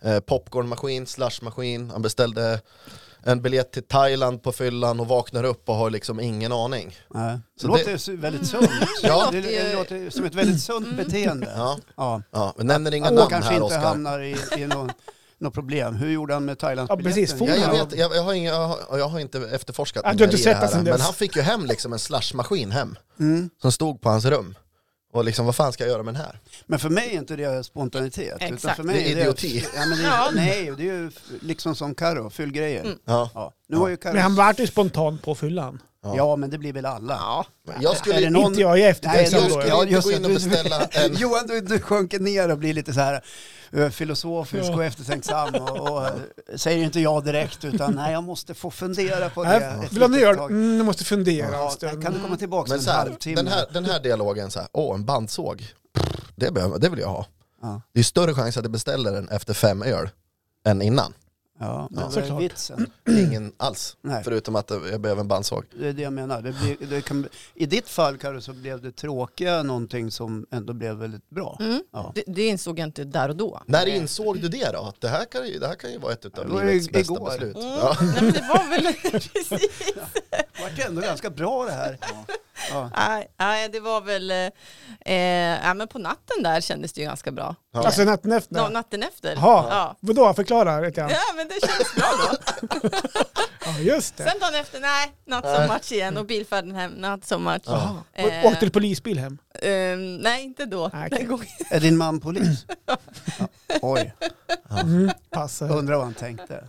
[SPEAKER 3] eh, popcornmaskin, slashmaskin, han beställde en biljett till Thailand på fyllan och vaknar upp och har liksom ingen aning.
[SPEAKER 1] Nej. Det
[SPEAKER 3] Så
[SPEAKER 1] låter
[SPEAKER 3] det- Mm.
[SPEAKER 1] ju su- väldigt sunt.
[SPEAKER 3] Ja.
[SPEAKER 1] det, det låter som ett väldigt sunt
[SPEAKER 4] Mm.
[SPEAKER 1] beteende.
[SPEAKER 3] Ja,
[SPEAKER 1] Ja.
[SPEAKER 3] ja. men nämner inga
[SPEAKER 1] Att man
[SPEAKER 3] namn
[SPEAKER 1] kanske
[SPEAKER 3] här
[SPEAKER 1] inte
[SPEAKER 3] Oskar.
[SPEAKER 1] hamnar i, i någon, något problem. Hur gjorde han med
[SPEAKER 2] Ja,
[SPEAKER 1] Thailandsbiljetten?
[SPEAKER 2] precis. Får
[SPEAKER 3] Ja, jag,
[SPEAKER 2] Ja.
[SPEAKER 3] vet, jag, jag, har inga, jag, har, jag har inte efterforskat
[SPEAKER 2] Ja, du har inte
[SPEAKER 3] mer i det
[SPEAKER 2] sett det
[SPEAKER 3] här,
[SPEAKER 2] sen
[SPEAKER 3] men
[SPEAKER 2] dess.
[SPEAKER 3] han fick ju hem liksom en slashmaskin hem,
[SPEAKER 1] Mm.
[SPEAKER 3] som stod på hans rum. Och liksom, vad fan ska jag göra med den här?
[SPEAKER 1] Men för mig är inte det spontanitet. Utan
[SPEAKER 4] Exakt.
[SPEAKER 1] för mig
[SPEAKER 3] Det är idioti.
[SPEAKER 1] Ja, men det,
[SPEAKER 4] Ja.
[SPEAKER 1] Nej, det är ju f- liksom som Karo, fyllgrejer.
[SPEAKER 4] Mm.
[SPEAKER 3] Ja.
[SPEAKER 1] Ja. Nu har ju Karo...
[SPEAKER 2] Men han vart ju spontan på fyllan.
[SPEAKER 1] Ja, men det blir väl alla.
[SPEAKER 4] Ja.
[SPEAKER 3] Jag skulle
[SPEAKER 1] Är det någon-
[SPEAKER 2] Inte jag, jag är
[SPEAKER 1] Nej,
[SPEAKER 2] eftertänksam
[SPEAKER 1] jag
[SPEAKER 2] då.
[SPEAKER 1] skulle
[SPEAKER 2] ja.
[SPEAKER 1] ja,
[SPEAKER 3] inte
[SPEAKER 1] just
[SPEAKER 3] gå
[SPEAKER 1] det.
[SPEAKER 3] in och
[SPEAKER 1] Du-
[SPEAKER 3] beställa
[SPEAKER 1] (laughs)
[SPEAKER 3] en...
[SPEAKER 1] Johan, du, du sjunker ner och blir lite så här eh, filosofisk
[SPEAKER 2] Ja.
[SPEAKER 1] och eftertänksam och, och eh, säger inte ja direkt utan nej, jag måste få fundera på det.
[SPEAKER 2] Nej,
[SPEAKER 1] ett
[SPEAKER 2] Vill du
[SPEAKER 1] litet
[SPEAKER 2] göra det?
[SPEAKER 1] tag.
[SPEAKER 2] Mm, jag måste fundera en
[SPEAKER 1] Ja,
[SPEAKER 2] stund.
[SPEAKER 1] kan du komma tillbaka
[SPEAKER 3] Men
[SPEAKER 1] om
[SPEAKER 3] så
[SPEAKER 1] en
[SPEAKER 3] här,
[SPEAKER 1] halvtimme?
[SPEAKER 3] den, här, den här dialogen så här, åh en bandsåg, det, behöver, det vill jag ha.
[SPEAKER 1] Ja,
[SPEAKER 3] Det är större chans att jag beställer den efter fem öl än innan.
[SPEAKER 1] ja, men
[SPEAKER 3] Ja.
[SPEAKER 1] vad är
[SPEAKER 2] Såklart.
[SPEAKER 1] vitsen?
[SPEAKER 3] Ingen alls,
[SPEAKER 1] Nej,
[SPEAKER 3] förutom att jag behöver en bandsåg.
[SPEAKER 1] det är det jag menar. Det blir, det kan, I ditt fall, Karo, så blev det tråkiga någonting som ändå blev väldigt bra.
[SPEAKER 4] Mm.
[SPEAKER 1] Ja.
[SPEAKER 4] Det, det insåg jag inte där och då.
[SPEAKER 3] När insåg du det då? Att det här kan ju, det här kan ju vara ett
[SPEAKER 1] Det
[SPEAKER 3] av
[SPEAKER 1] var ju
[SPEAKER 3] livets bästa
[SPEAKER 1] igår.
[SPEAKER 3] beslut.
[SPEAKER 4] Mm.
[SPEAKER 3] Ja.
[SPEAKER 4] Nej, men det var väl (laughs) precis.
[SPEAKER 1] vart ändå ganska bra det här. Ja.
[SPEAKER 4] Nej, nej, det var väl... Eh, ja, men på natten där kändes det ju ganska bra.
[SPEAKER 3] Ja.
[SPEAKER 2] Alltså natten efter?
[SPEAKER 4] Nå, natten efter.
[SPEAKER 2] Jaha.
[SPEAKER 4] Ja.
[SPEAKER 2] Vadå, förklara lite grann.
[SPEAKER 4] ja, men det kändes bra då.
[SPEAKER 2] Ja, just det.
[SPEAKER 4] Sen dagen efter, nej, not so
[SPEAKER 3] Nej.
[SPEAKER 4] much igen. Och bilfärden hem, not so much.
[SPEAKER 3] Ja.
[SPEAKER 2] Å- Åkte du polisbil hem?
[SPEAKER 4] Eh, nej, inte då.
[SPEAKER 2] Nej, okej.
[SPEAKER 4] Den gången.
[SPEAKER 1] Är din man (laughs) polis? Ja. Oj,
[SPEAKER 2] Mm, pass.
[SPEAKER 1] undrar vad han tänkte.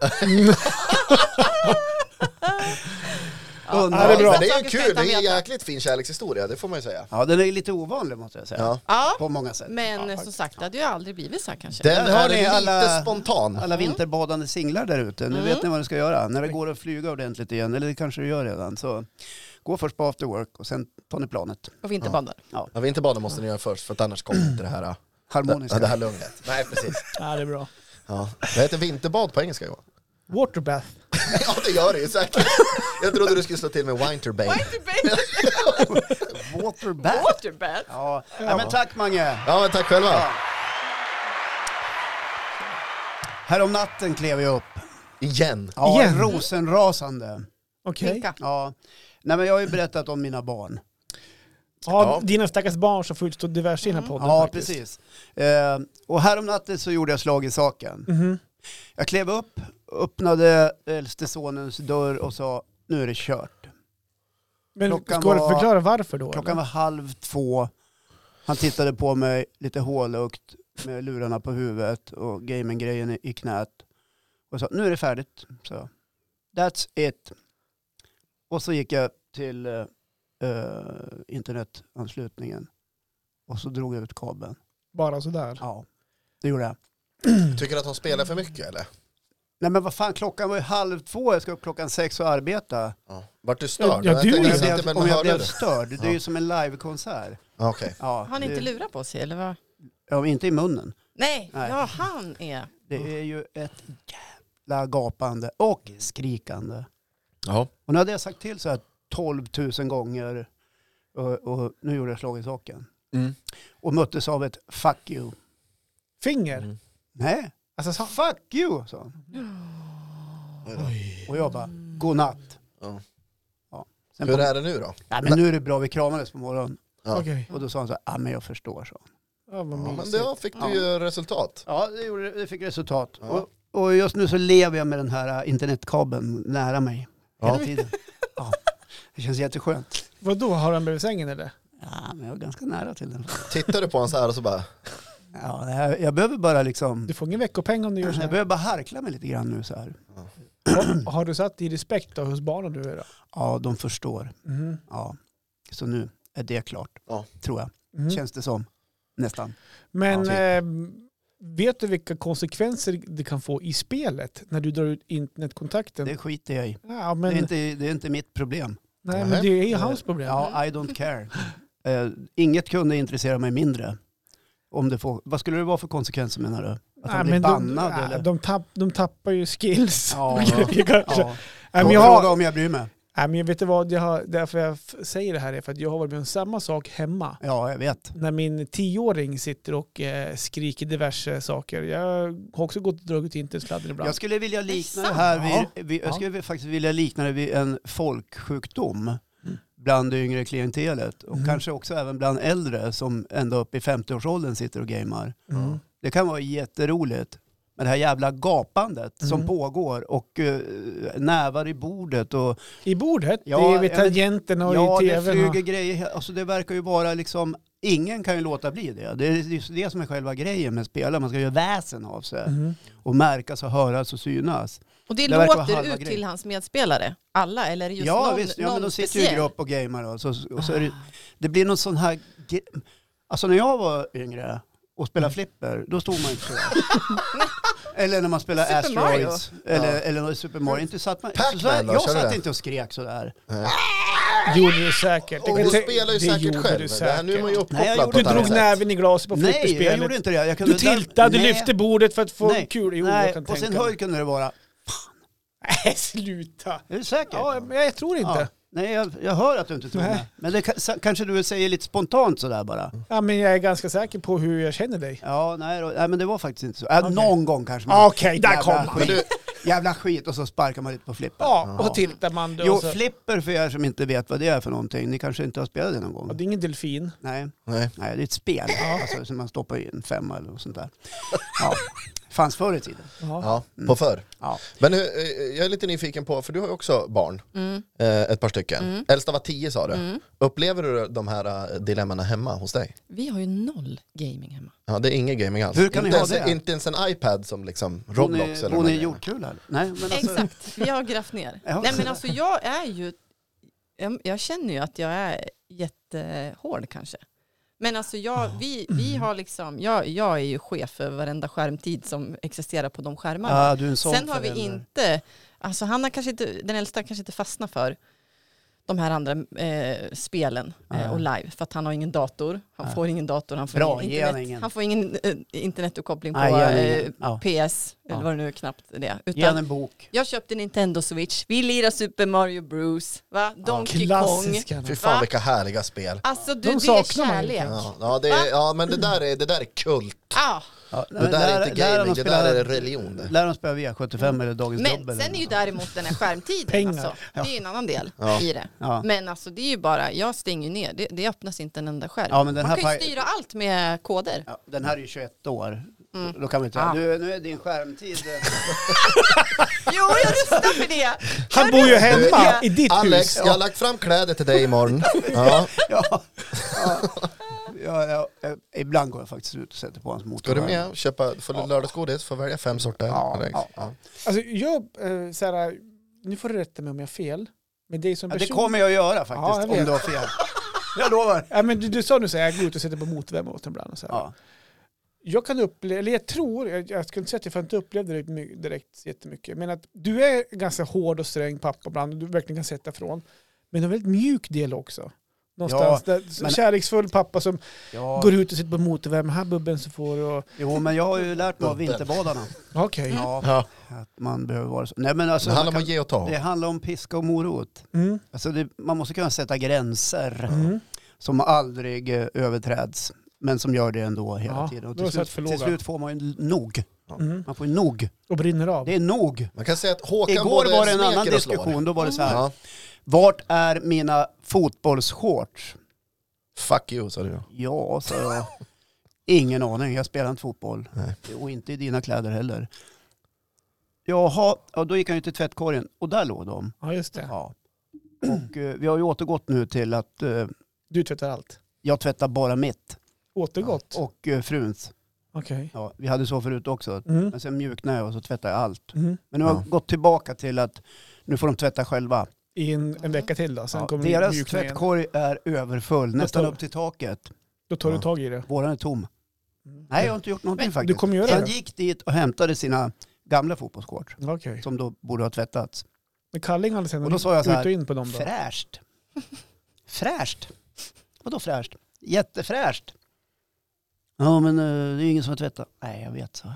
[SPEAKER 4] Ja,
[SPEAKER 1] Undrar. Ja, det är bra.
[SPEAKER 4] vissa
[SPEAKER 3] Men det är ju
[SPEAKER 4] saker ska
[SPEAKER 3] kul,
[SPEAKER 4] inte
[SPEAKER 3] det är
[SPEAKER 4] han
[SPEAKER 3] en
[SPEAKER 4] veta.
[SPEAKER 3] jäkligt fin kärlekshistoria, det får man ju säga.
[SPEAKER 1] Ja, den är ju lite ovanlig måste jag säga.
[SPEAKER 3] Ja.
[SPEAKER 4] Ja,
[SPEAKER 1] På många sätt.
[SPEAKER 4] men som sagt, det hade ju aldrig blivit så här kanske.
[SPEAKER 3] Den
[SPEAKER 1] Där har
[SPEAKER 3] är
[SPEAKER 1] ni
[SPEAKER 3] lite
[SPEAKER 1] alla-
[SPEAKER 3] spontan.
[SPEAKER 1] Alla vinterbadande singlar där ute, nu
[SPEAKER 4] Mm.
[SPEAKER 1] vet ni vad ni ska göra. När det går att flyga ordentligt igen, eller det kanske du gör redan, så gå först på after work och sen tar ni planet.
[SPEAKER 4] Och vinterbadar.
[SPEAKER 3] Ja, vinterbaden måste ni göra först för att annars kommer inte det här,
[SPEAKER 1] Harmoniska.
[SPEAKER 3] ja, det här lugnet. Nej precis.
[SPEAKER 2] Ja, det är bra.
[SPEAKER 3] Ja. Det heter vinterbad på engelska Johan.
[SPEAKER 2] Waterbath.
[SPEAKER 3] (laughs) Ja det gör det ju säkert. Jag trodde du skulle slå till med
[SPEAKER 1] (laughs)
[SPEAKER 3] winterbane.
[SPEAKER 4] Waterbath!
[SPEAKER 1] Waterbath.
[SPEAKER 4] Waterbath!
[SPEAKER 1] Ja. ja, men tack Mange.
[SPEAKER 3] Ja men tack själva.
[SPEAKER 1] Ja. Här om natten klev jag upp.
[SPEAKER 3] Igen.
[SPEAKER 1] Ja,
[SPEAKER 2] Igen?
[SPEAKER 1] rosenrasande.
[SPEAKER 2] Okej.
[SPEAKER 4] Vilka?
[SPEAKER 1] Ja. Nej, men jag har ju berättat om mina barn.
[SPEAKER 2] Ja,
[SPEAKER 3] Ja.
[SPEAKER 2] dina stackars barn som får utstå diverse
[SPEAKER 4] Mm.
[SPEAKER 2] i den här podden.
[SPEAKER 1] Ja,
[SPEAKER 2] faktiskt.
[SPEAKER 1] precis. Eh, och häromnatten så gjorde jag slag i saken.
[SPEAKER 2] Mhm.
[SPEAKER 1] Jag klev upp, öppnade äldste sonens dörr och sa nu är det kört.
[SPEAKER 2] Men
[SPEAKER 1] Klockan
[SPEAKER 2] ska du
[SPEAKER 1] var-
[SPEAKER 2] förklara varför då?
[SPEAKER 1] Klockan
[SPEAKER 2] eller?
[SPEAKER 1] var halv två. Han tittade på mig lite hålögt med lurarna på huvudet och gaminggrejen i- i knät. Och sa nu är det färdigt. Så, That's it. Och så gick jag till eh, eh, internetanslutningen och så drog jag ut kabeln.
[SPEAKER 2] Bara sådär.
[SPEAKER 1] Ja, det gjorde jag.
[SPEAKER 3] Tycker du att hon spelar för mycket eller?
[SPEAKER 1] Nej men vad fan, klockan var ju halv två, jag ska upp klockan sex och arbeta.
[SPEAKER 3] Ja. Vart du störd?
[SPEAKER 2] Ja,
[SPEAKER 3] Jag
[SPEAKER 2] du
[SPEAKER 3] tänkte
[SPEAKER 2] är-
[SPEAKER 1] Jag
[SPEAKER 3] inte,
[SPEAKER 1] blev,
[SPEAKER 3] men
[SPEAKER 1] om jag
[SPEAKER 3] hörde
[SPEAKER 1] blev
[SPEAKER 3] du?
[SPEAKER 1] störd, det är ju som en livekonsert.
[SPEAKER 3] Ja, Okej.
[SPEAKER 1] Ja,
[SPEAKER 4] Har ni inte
[SPEAKER 1] det-
[SPEAKER 4] lurat på sig eller vad?
[SPEAKER 1] ja, inte i munnen.
[SPEAKER 4] Nej,
[SPEAKER 1] Nej.
[SPEAKER 4] ja han är...
[SPEAKER 3] Mm.
[SPEAKER 1] Det är ju ett jävla gapande och skrikande.
[SPEAKER 3] Ja.
[SPEAKER 1] Och nu hade jag sagt till så här 12 000 gånger och, och nu gjorde jag slag i saken.
[SPEAKER 3] Mm.
[SPEAKER 1] Och möttes av ett fuck you.
[SPEAKER 2] Finger?
[SPEAKER 3] Mm.
[SPEAKER 1] Nej,
[SPEAKER 2] Alltså, sa-
[SPEAKER 1] fuck you sa han. Och jag bara, godnatt.
[SPEAKER 3] Ja.
[SPEAKER 1] Ja. Sen
[SPEAKER 3] Hur
[SPEAKER 1] på,
[SPEAKER 3] är det nu då?
[SPEAKER 1] Nej, men nu är det bra, vi kramades på morgonen.
[SPEAKER 3] Ja.
[SPEAKER 2] okej.
[SPEAKER 1] Och då sa han så här, ja men jag förstår så.
[SPEAKER 2] Ja, vad
[SPEAKER 3] Ja, men
[SPEAKER 2] mysigt.
[SPEAKER 3] då fick du ju resultat.
[SPEAKER 1] Ja, det, gjorde, det fick resultat.
[SPEAKER 3] Ja.
[SPEAKER 1] Och, och just nu så lever jag med den här äh, internetkabeln nära mig. Hela
[SPEAKER 3] Ja.
[SPEAKER 1] tiden. Ja. Det känns jätteskönt.
[SPEAKER 2] Vadå, har han bredvid sängen eller?
[SPEAKER 1] Ja, men jag är ganska nära till den.
[SPEAKER 3] Tittar du på honom så här och så bara,
[SPEAKER 1] Ja, det här, jag behöver bara liksom...
[SPEAKER 2] Du får ingen veckopeng om du gör så
[SPEAKER 1] Jag (clears throat)
[SPEAKER 2] här.
[SPEAKER 1] behöver bara harkla mig lite grann nu så här.
[SPEAKER 2] Har- Har du satt i respekt då, hos barnen du är då?
[SPEAKER 1] Ja, de förstår.
[SPEAKER 2] Mhm.
[SPEAKER 1] Ja. Så nu är det klart,
[SPEAKER 3] Ja.
[SPEAKER 1] tror jag.
[SPEAKER 2] Mhm.
[SPEAKER 1] Känns det som. Nästan.
[SPEAKER 2] Men
[SPEAKER 3] Ja.
[SPEAKER 1] typ.
[SPEAKER 2] ehm, vet du vilka konsekvenser det kan få i spelet när du drar ut internetkontakten?
[SPEAKER 1] Det skiter jag i.
[SPEAKER 2] ja, men,
[SPEAKER 1] Det, är inte, det är inte mitt problem.
[SPEAKER 2] nej,
[SPEAKER 3] Nej.
[SPEAKER 2] men det är ju hans problem.
[SPEAKER 1] Ja, I don't care. Eh, inget kunde intressera mig mindre. Om det får, vad skulle det vara för konsekvenser menar du? Att han blir
[SPEAKER 2] Nej, men
[SPEAKER 1] bannad
[SPEAKER 2] de,
[SPEAKER 1] eller?
[SPEAKER 2] ja, de, tapp, de tappar ju skills. (laughs)
[SPEAKER 1] Ja.
[SPEAKER 2] och grejer kanske.
[SPEAKER 1] Ja.
[SPEAKER 2] Nej, men
[SPEAKER 1] Fråga
[SPEAKER 2] jag har,
[SPEAKER 1] om jag bryr mig.
[SPEAKER 2] nej, men jag vet du vad, jag har, därför jag f- säger det här är för att jag har varit med om samma sak hemma.
[SPEAKER 1] Ja, jag vet.
[SPEAKER 2] När min tioåring sitter och eh, skriker diverse saker. Jag har också gått och dragit internetsladden ibland.
[SPEAKER 1] Jag skulle vilja likna
[SPEAKER 4] sant?
[SPEAKER 1] det här
[SPEAKER 2] Ja.
[SPEAKER 1] vid, vid, jag
[SPEAKER 2] Ja.
[SPEAKER 1] skulle faktiskt vilja likna det vid en folksjukdom bland det yngre klientelet och
[SPEAKER 2] Mm.
[SPEAKER 1] kanske också även bland äldre som ända upp i 50-årsåldern sitter och gamer.
[SPEAKER 2] Mm.
[SPEAKER 1] Det kan vara jätteroligt. Men det här jävla gapandet som
[SPEAKER 2] Mm.
[SPEAKER 1] pågår och eh, nävar i bordet och
[SPEAKER 2] I bordet?
[SPEAKER 1] Ja,
[SPEAKER 2] det är vid
[SPEAKER 1] jag vet-
[SPEAKER 2] tangenterna och
[SPEAKER 1] ja,
[SPEAKER 2] i
[SPEAKER 1] det
[SPEAKER 2] tvn.
[SPEAKER 1] flyger
[SPEAKER 2] och-
[SPEAKER 1] grejer. Alltså det verkar ju vara liksom, ingen kan ju låta bli det. Det är just det som är själva grejen med spelare, man ska göra väsen av sig.
[SPEAKER 2] Mhm.
[SPEAKER 1] och märkas och höras och synas.
[SPEAKER 4] Och det,
[SPEAKER 1] Det verkar vara
[SPEAKER 4] låter
[SPEAKER 1] halva
[SPEAKER 4] ut
[SPEAKER 1] grejen.
[SPEAKER 4] till hans medspelare? Alla eller just
[SPEAKER 1] ja
[SPEAKER 4] någon,
[SPEAKER 1] visst, ja,
[SPEAKER 4] någon
[SPEAKER 1] men de sitter ju i
[SPEAKER 4] speciell?
[SPEAKER 1] grupp och gamer och så, och så är det,
[SPEAKER 2] Ah.
[SPEAKER 1] det blir någon sån här... ge- Alltså när jag var yngre och
[SPEAKER 2] Mm.
[SPEAKER 1] spelade flipper, då stod man ju inte
[SPEAKER 2] (laughs)
[SPEAKER 1] så. eller när man spelade
[SPEAKER 4] Super
[SPEAKER 1] Asteroids eller, eller Super Mario. Inte satt man,
[SPEAKER 3] Pac-Man
[SPEAKER 1] så här,
[SPEAKER 3] då,
[SPEAKER 1] jag
[SPEAKER 3] körde
[SPEAKER 1] satt
[SPEAKER 3] det?
[SPEAKER 1] inte och skrek sådär.
[SPEAKER 2] gjorde du säkert.
[SPEAKER 3] och
[SPEAKER 2] Jag
[SPEAKER 3] du
[SPEAKER 2] kan-
[SPEAKER 3] spelar ju
[SPEAKER 2] det
[SPEAKER 3] säkert
[SPEAKER 2] gjorde
[SPEAKER 3] själv.
[SPEAKER 2] du
[SPEAKER 3] Det här, nu är man ju
[SPEAKER 2] säkert.
[SPEAKER 1] Nej, jag
[SPEAKER 3] uppkopplad på
[SPEAKER 2] Du
[SPEAKER 3] ett
[SPEAKER 1] gjorde-
[SPEAKER 2] drog
[SPEAKER 3] annat sätt.
[SPEAKER 2] näven i glaset på
[SPEAKER 1] Nej, jag gjorde
[SPEAKER 2] flipperspelet.
[SPEAKER 1] inte det. Jag kunde,
[SPEAKER 2] Du tiltade, du
[SPEAKER 1] nej.
[SPEAKER 2] lyfte bordet för att få
[SPEAKER 1] Nej,
[SPEAKER 2] kul. Jo,
[SPEAKER 1] nej.
[SPEAKER 2] jag kan
[SPEAKER 1] på sin
[SPEAKER 2] tänka mig.
[SPEAKER 1] höjd kunde det vara.
[SPEAKER 2] Nej, sluta.
[SPEAKER 1] Är du säker?
[SPEAKER 2] Ja, men jag tror inte.
[SPEAKER 1] Ja.
[SPEAKER 2] Ja.
[SPEAKER 1] Nej, jag, jag hör att du inte tror
[SPEAKER 2] Nej. Mm.
[SPEAKER 1] det. Men det, ka- kanske du säger lite spontant sådär bara.
[SPEAKER 2] men jag är ganska säker på hur jag känner dig.
[SPEAKER 1] Ja, nej, då, nej men det var faktiskt inte så. Äh,
[SPEAKER 2] Okej. Ah,
[SPEAKER 1] Någon gång kanske. man-
[SPEAKER 2] Okej, där
[SPEAKER 1] Jävla
[SPEAKER 2] kom han.
[SPEAKER 1] skit.
[SPEAKER 3] Men du,
[SPEAKER 1] jävla skit och så sparkar man lite på flipper.
[SPEAKER 2] Ja,
[SPEAKER 3] Ja.
[SPEAKER 2] och tiltar man. då
[SPEAKER 1] Jo,
[SPEAKER 2] så,
[SPEAKER 1] flipper för er som inte vet vad det är för någonting. Ni kanske inte har spelat det någon
[SPEAKER 2] ja,
[SPEAKER 1] gång?
[SPEAKER 2] det är ingen delfin.
[SPEAKER 1] Nej,
[SPEAKER 3] Nej.
[SPEAKER 1] nej det är ett spel. Alltså, som man stoppar i en femma eller något sånt där. Ja. Fanns förr i tiden.
[SPEAKER 2] Ja.
[SPEAKER 3] Ja, på förr.
[SPEAKER 1] Ja.
[SPEAKER 3] Men hur, eh, jag är lite nyfiken på, för du har ju också barn,
[SPEAKER 4] Mm.
[SPEAKER 3] eh, ett par stycken.
[SPEAKER 4] Mm.
[SPEAKER 3] Äldsta var tio sa du.
[SPEAKER 4] Mm.
[SPEAKER 3] Upplever du de här eh, dilemmana hemma hos dig?
[SPEAKER 4] Vi har ju noll gaming hemma.
[SPEAKER 3] Ja, det är ingen gaming alls.
[SPEAKER 1] Hur kan ni
[SPEAKER 3] inte,
[SPEAKER 1] ha
[SPEAKER 3] ens,
[SPEAKER 1] det?
[SPEAKER 3] inte ens en iPad som liksom
[SPEAKER 1] Hon
[SPEAKER 3] Roblox
[SPEAKER 1] är,
[SPEAKER 3] eller
[SPEAKER 1] hon
[SPEAKER 3] vad
[SPEAKER 1] är
[SPEAKER 3] det är.
[SPEAKER 1] jordkula. eller? Nej, men alltså,
[SPEAKER 4] Exakt, vi har grävt ner.
[SPEAKER 1] Ja.
[SPEAKER 4] Nej men alltså jag är ju, jag, jag känner ju att jag är jättehård kanske. Men alltså jag, vi, vi har liksom, jag, jag är ju chef för varenda skärmtid som existerar på de skärmarna.
[SPEAKER 1] Ja, du är en sån
[SPEAKER 4] Sen har vi
[SPEAKER 1] förälder.
[SPEAKER 4] inte, alltså han har kanske inte, den äldsta kanske inte fastnar för de här andra eh, spelen
[SPEAKER 1] Nej.
[SPEAKER 4] eh, och live, för att han har ingen dator, han
[SPEAKER 1] Nej.
[SPEAKER 4] får ingen dator, han får
[SPEAKER 1] Bra,
[SPEAKER 4] ingen,
[SPEAKER 1] ge
[SPEAKER 4] internet,
[SPEAKER 1] han ingen.
[SPEAKER 4] Han får ingen eh, internetuppkoppling på
[SPEAKER 1] Nej, ge han
[SPEAKER 4] eh,
[SPEAKER 1] ingen. Ja.
[SPEAKER 4] PS,
[SPEAKER 1] Ja.
[SPEAKER 4] eller vad det nu är, knappt det är.
[SPEAKER 1] Ge henne
[SPEAKER 4] Utan
[SPEAKER 1] en bok.
[SPEAKER 4] jag köpte Nintendo Switch, vi lirar Super Mario Bros, va? Donkey Kong.
[SPEAKER 2] Klassiska.
[SPEAKER 3] Fy fan
[SPEAKER 4] Va?
[SPEAKER 3] vilka härliga spel.
[SPEAKER 4] Alltså du,
[SPEAKER 2] De
[SPEAKER 4] det är
[SPEAKER 2] saknar man ju.
[SPEAKER 4] kärlek.
[SPEAKER 3] Ja, ja, det är, ja men det där är, det där är kult.
[SPEAKER 4] Ah,
[SPEAKER 1] Ja,
[SPEAKER 3] Det där är
[SPEAKER 1] lär
[SPEAKER 3] inte gaming,
[SPEAKER 1] hon
[SPEAKER 3] det
[SPEAKER 1] spela-
[SPEAKER 3] där är religion. det.
[SPEAKER 1] Lär de spela V75 eller Dagens
[SPEAKER 4] men
[SPEAKER 1] Dubbel?
[SPEAKER 4] sen är ju däremot den här skärmtiden,
[SPEAKER 2] Pengar.
[SPEAKER 4] alltså. det är ju en annan del
[SPEAKER 3] Ja.
[SPEAKER 4] i det.
[SPEAKER 1] Ja.
[SPEAKER 4] Men alltså det är ju bara, jag stänger ju ner, det, det öppnas inte en enda skärm.
[SPEAKER 1] Ja, men den
[SPEAKER 4] Man
[SPEAKER 1] här
[SPEAKER 4] kan ju
[SPEAKER 1] paj-
[SPEAKER 4] styra allt med koder.
[SPEAKER 1] Ja, den här är ju 21 år.
[SPEAKER 4] Mm.
[SPEAKER 1] Då kan vi inte...
[SPEAKER 4] Ah.
[SPEAKER 1] Du, nu är din
[SPEAKER 4] (laughs)
[SPEAKER 1] skärmtid... eh,
[SPEAKER 4] Jo, jag röstar för det!
[SPEAKER 2] Han bor ju hemma
[SPEAKER 4] Ja.
[SPEAKER 2] i ditt
[SPEAKER 3] Alex,
[SPEAKER 2] hus.
[SPEAKER 3] jag har lagt fram kläder till dig imorgon. Ja.
[SPEAKER 1] ja, ja, ja, ja, ibland går jag faktiskt ut och sätter på hans motor.
[SPEAKER 3] Ska du med? Köpa, får du lördagsgodis? Får välja fem sorter.
[SPEAKER 1] Ja,
[SPEAKER 3] Alex.
[SPEAKER 1] ja.
[SPEAKER 2] Alltså, jag, eh, så här, nu får du rätta mig om jag har fel. Men det är som
[SPEAKER 1] Ja, det
[SPEAKER 2] person...
[SPEAKER 1] kommer jag att göra
[SPEAKER 2] Ja, jag
[SPEAKER 1] faktiskt,
[SPEAKER 2] vet.
[SPEAKER 1] om du har fel. Jag lovar.
[SPEAKER 2] Ja, men du, du sa nu så här, jag går ut och sätter på motorvärmare ibland. Och så här.
[SPEAKER 1] Ja.
[SPEAKER 2] Jag kan uppleva, eller jag tror, jag, jag skulle inte säga att jag för jag inte upplevde det my- direkt jättemycket, men att du är ganska hård och sträng pappa ibland och du verkligen kan sätta ifrån. Men du har en väldigt mjuk del också. Någonstans där, så
[SPEAKER 1] men-
[SPEAKER 2] kärleksfull pappa som
[SPEAKER 1] Ja.
[SPEAKER 2] går ut och sitter på motorvärme, här bubben så får du och...
[SPEAKER 1] Jo, men jag har ju lärt mig av
[SPEAKER 3] Bubbel.
[SPEAKER 1] vinterbadarna.
[SPEAKER 2] Okej.
[SPEAKER 1] Ja,
[SPEAKER 3] Ja.
[SPEAKER 1] att man behöver vara så. Nej, men
[SPEAKER 3] Det
[SPEAKER 1] alltså,
[SPEAKER 3] handlar om
[SPEAKER 1] man
[SPEAKER 3] att ge och ta.
[SPEAKER 1] kan, det handlar om piska och morot.
[SPEAKER 2] Mm.
[SPEAKER 1] Alltså det, man måste kunna sätta gränser
[SPEAKER 2] Mm.
[SPEAKER 1] som aldrig eh, överträds, men som gör det ändå hela
[SPEAKER 2] Ja,
[SPEAKER 1] tiden. Och
[SPEAKER 2] då har
[SPEAKER 1] till,
[SPEAKER 2] jag
[SPEAKER 1] slut,
[SPEAKER 2] sagt förlora.
[SPEAKER 1] till slut får man ju nog.
[SPEAKER 2] Mm.
[SPEAKER 1] Man får ju nog.
[SPEAKER 2] Och brinner av.
[SPEAKER 1] Det är nog.
[SPEAKER 3] Man kan säga att Håkan
[SPEAKER 1] Igår
[SPEAKER 3] både
[SPEAKER 1] var det en annan
[SPEAKER 3] smeker och slår.
[SPEAKER 1] diskussion, då var det så här.
[SPEAKER 3] Ja.
[SPEAKER 1] Vart är mina fotbollsshorts?
[SPEAKER 3] Fuck you sa du.
[SPEAKER 1] Ja, sa
[SPEAKER 3] (laughs)
[SPEAKER 1] jag. Ingen aning, jag spelar inte fotboll.
[SPEAKER 3] Nej.
[SPEAKER 1] Och inte i dina kläder heller. Jaha, ja, då gick han ju till tvättkorgen och där låg de.
[SPEAKER 2] Ja, just det.
[SPEAKER 1] Ja. Och eh, vi har ju återgått nu till att eh,
[SPEAKER 2] Du tvättar allt.
[SPEAKER 1] jag tvättar bara mitt
[SPEAKER 2] Återgått.
[SPEAKER 1] och eh, fruns.
[SPEAKER 2] Okej.
[SPEAKER 1] Ja, vi hade så förut också.
[SPEAKER 2] Mm.
[SPEAKER 1] Men sen mjuknade jag och så tvättade jag allt.
[SPEAKER 2] Mm.
[SPEAKER 1] Men nu har
[SPEAKER 3] Ja.
[SPEAKER 1] jag gått tillbaka till att nu får de tvätta själva.
[SPEAKER 2] I en, en vecka till då, sen
[SPEAKER 1] Ja,
[SPEAKER 2] kommer
[SPEAKER 1] deras
[SPEAKER 2] du mjukna igen.
[SPEAKER 1] tvättkorg är överfull, nästan
[SPEAKER 2] tar-
[SPEAKER 1] upp till taket.
[SPEAKER 2] Då tar du
[SPEAKER 3] Ja.
[SPEAKER 2] tag i det.
[SPEAKER 1] Våran är tom.
[SPEAKER 2] Mm.
[SPEAKER 1] Nej, jag har inte gjort någonting
[SPEAKER 4] Men
[SPEAKER 1] faktiskt.
[SPEAKER 2] Du kommer göra
[SPEAKER 1] Så han
[SPEAKER 2] det?
[SPEAKER 1] gick dit och hämtade sina gamla fotbollskort
[SPEAKER 2] Okej.
[SPEAKER 1] som då borde ha tvättats.
[SPEAKER 2] Men Kalling hade sen
[SPEAKER 1] Och då sa jag så här,
[SPEAKER 2] ut och in på dem då.
[SPEAKER 1] Fräscht. Fräscht. Vadå fräscht? Jättefräscht. Ja, men eh, det är ingen som har tvättat. Nej, jag vet, så.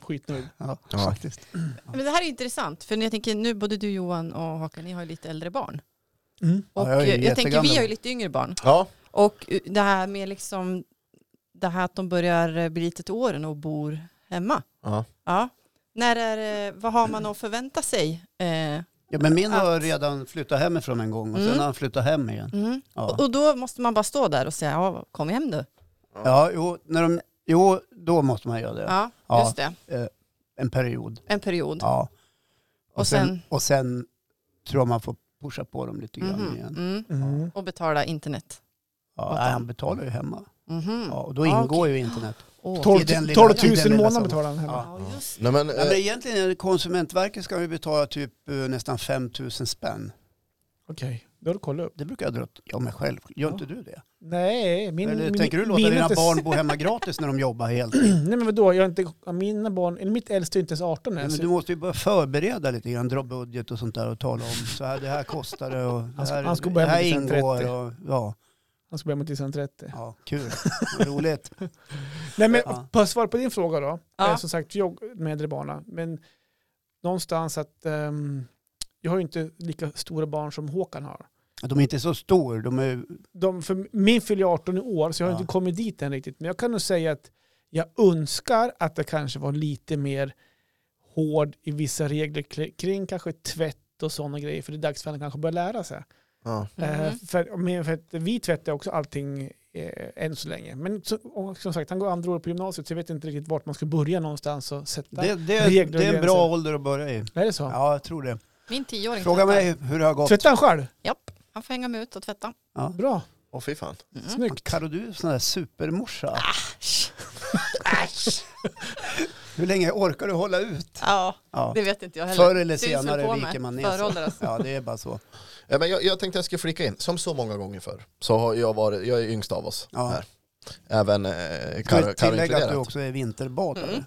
[SPEAKER 2] Skitnöjd.
[SPEAKER 1] Ja,
[SPEAKER 3] Ja.
[SPEAKER 1] faktiskt.
[SPEAKER 4] Men det här är intressant, för jag tänker nu både du Johan och Håkan, ni har ju lite äldre barn.
[SPEAKER 2] Mm.
[SPEAKER 1] Ja,
[SPEAKER 4] Och
[SPEAKER 1] jag är ju
[SPEAKER 4] eh, jag tänker
[SPEAKER 1] jättegammal.
[SPEAKER 4] vi har ju lite yngre barn.
[SPEAKER 3] Ja.
[SPEAKER 4] Och eh, det här med liksom, det här att de börjar eh, bli lite till åren och bor hemma.
[SPEAKER 3] Ja.
[SPEAKER 4] Ja. När är, eh, vad har man att förvänta sig? Eh,
[SPEAKER 1] Ja, men min har
[SPEAKER 4] Att-
[SPEAKER 1] redan flyttat hemifrån en gång och sen
[SPEAKER 4] Mm.
[SPEAKER 1] har han flyttat hem igen.
[SPEAKER 4] mm.
[SPEAKER 1] Ja,
[SPEAKER 4] Och- Och då måste man bara stå där och säga, ja, kom hem du.
[SPEAKER 1] ja jo, när de, jo, då måste man göra det.
[SPEAKER 4] Ja,
[SPEAKER 1] Ja.
[SPEAKER 4] just det.
[SPEAKER 1] En period.
[SPEAKER 4] En period.
[SPEAKER 1] Ja. Och,
[SPEAKER 4] Och
[SPEAKER 1] sen,
[SPEAKER 4] sen-
[SPEAKER 1] och sen tror jag man får pusha på dem lite grann
[SPEAKER 4] Mhm,
[SPEAKER 1] igen.
[SPEAKER 4] mm.
[SPEAKER 2] Mm.
[SPEAKER 4] Och betala internet.
[SPEAKER 1] Ja, nej, han betalar ju hemma.
[SPEAKER 4] Mhm.
[SPEAKER 1] Ja, och då
[SPEAKER 4] Ja,
[SPEAKER 1] ingår ju internet.
[SPEAKER 4] Åh.
[SPEAKER 2] 12,
[SPEAKER 1] I den lilla-
[SPEAKER 2] 12
[SPEAKER 1] i den
[SPEAKER 2] 000 i
[SPEAKER 1] lilla
[SPEAKER 2] månaden
[SPEAKER 1] summan.
[SPEAKER 2] betalar han hemma.
[SPEAKER 1] Ja.
[SPEAKER 4] Ja, just det.
[SPEAKER 3] Nej, men,
[SPEAKER 1] Nej, men
[SPEAKER 3] eh,
[SPEAKER 1] egentligen, Konsumentverket ska ju betala typ eh, nästan 5 000 spänn.
[SPEAKER 2] Okej, då har du kollat upp.
[SPEAKER 1] Det brukar jag dra åt ja, mig själv. Gör
[SPEAKER 2] Ja.
[SPEAKER 1] inte du det?
[SPEAKER 2] Nej, min,
[SPEAKER 1] Eller
[SPEAKER 2] min,
[SPEAKER 1] tänker du låta
[SPEAKER 2] min är (laughs)
[SPEAKER 1] dina
[SPEAKER 2] inte s-
[SPEAKER 1] barn bo hemma gratis när de jobbar helt?
[SPEAKER 2] (clears throat) Nej men vadå, jag har inte, mina barn, eller mitt äldsta är inte ens 18 än.
[SPEAKER 1] Men du
[SPEAKER 2] så-
[SPEAKER 1] måste ju börja förbereda lite grann, dra budget och sånt där och tala om så här, det här kostar det och det
[SPEAKER 2] ska-
[SPEAKER 1] här,
[SPEAKER 2] han ska
[SPEAKER 1] det
[SPEAKER 2] börja
[SPEAKER 1] här
[SPEAKER 2] med sen
[SPEAKER 1] ingår.
[SPEAKER 2] 30.
[SPEAKER 1] Och, ja,
[SPEAKER 2] Han ska börja med tills han är 30.
[SPEAKER 1] ja, kul. Vad Roligt.
[SPEAKER 2] Nej men
[SPEAKER 1] Ja.
[SPEAKER 2] på svar på din fråga då.
[SPEAKER 4] Ja.
[SPEAKER 2] Eh, Som sagt, jag med äldre barna. Men någonstans att ehm, jag har ju inte lika stora barn som Håkan har.
[SPEAKER 1] De är inte så stor, de är
[SPEAKER 2] de, för min fyller ju 18 i år så jag har
[SPEAKER 1] Ja.
[SPEAKER 2] inte kommit dit än riktigt. Men jag kan nog säga att jag önskar att det kanske var lite mer hård i vissa regler kli- kring kanske tvätt och sådana grejer. För det är dags för henne kanske att börja lära sig.
[SPEAKER 3] Ja.
[SPEAKER 4] Mhm.
[SPEAKER 2] Eh, För, men för att vi tvättar också allting eh, än så länge. Men så, och som sagt, han går andra året på gymnasiet så jag vet inte riktigt vart man ska börja någonstans och sätta.
[SPEAKER 1] Det, det,
[SPEAKER 2] Regler och
[SPEAKER 1] det är en bra
[SPEAKER 2] gränser.
[SPEAKER 1] ålder att börja i.
[SPEAKER 2] Är det så?
[SPEAKER 1] Ja, jag tror det.
[SPEAKER 4] Min tioåring
[SPEAKER 1] Fråga
[SPEAKER 4] tvättar.
[SPEAKER 1] mig hur det har gått.
[SPEAKER 2] Tvättar han själv?
[SPEAKER 4] Japp, han får hänga med ut och tvätta.
[SPEAKER 1] Ja.
[SPEAKER 2] Bra,
[SPEAKER 3] Åh fy fan.
[SPEAKER 4] Mm.
[SPEAKER 2] snyggt.
[SPEAKER 1] Carro, du är en sån där supermorsa.
[SPEAKER 4] Äsch.
[SPEAKER 1] Hur länge orkar du hålla ut?
[SPEAKER 4] Ja,
[SPEAKER 1] Ja.
[SPEAKER 4] det vet inte jag heller.
[SPEAKER 1] Förr eller
[SPEAKER 4] Syns väl
[SPEAKER 1] senare
[SPEAKER 4] på mig.
[SPEAKER 1] viker man ner sig.
[SPEAKER 4] Föråldrar oss.
[SPEAKER 1] Ja, det är bara så.
[SPEAKER 3] Ja, men jag, jag tänkte jag skulle flika in, som så många gånger förr, så har jag varit, jag är yngst av oss
[SPEAKER 1] Ja.
[SPEAKER 3] här. Även eh,
[SPEAKER 1] Ska
[SPEAKER 3] Karo
[SPEAKER 1] vi tillägga att
[SPEAKER 3] inkluderat.
[SPEAKER 1] du också är vinterbadare?
[SPEAKER 4] Mm.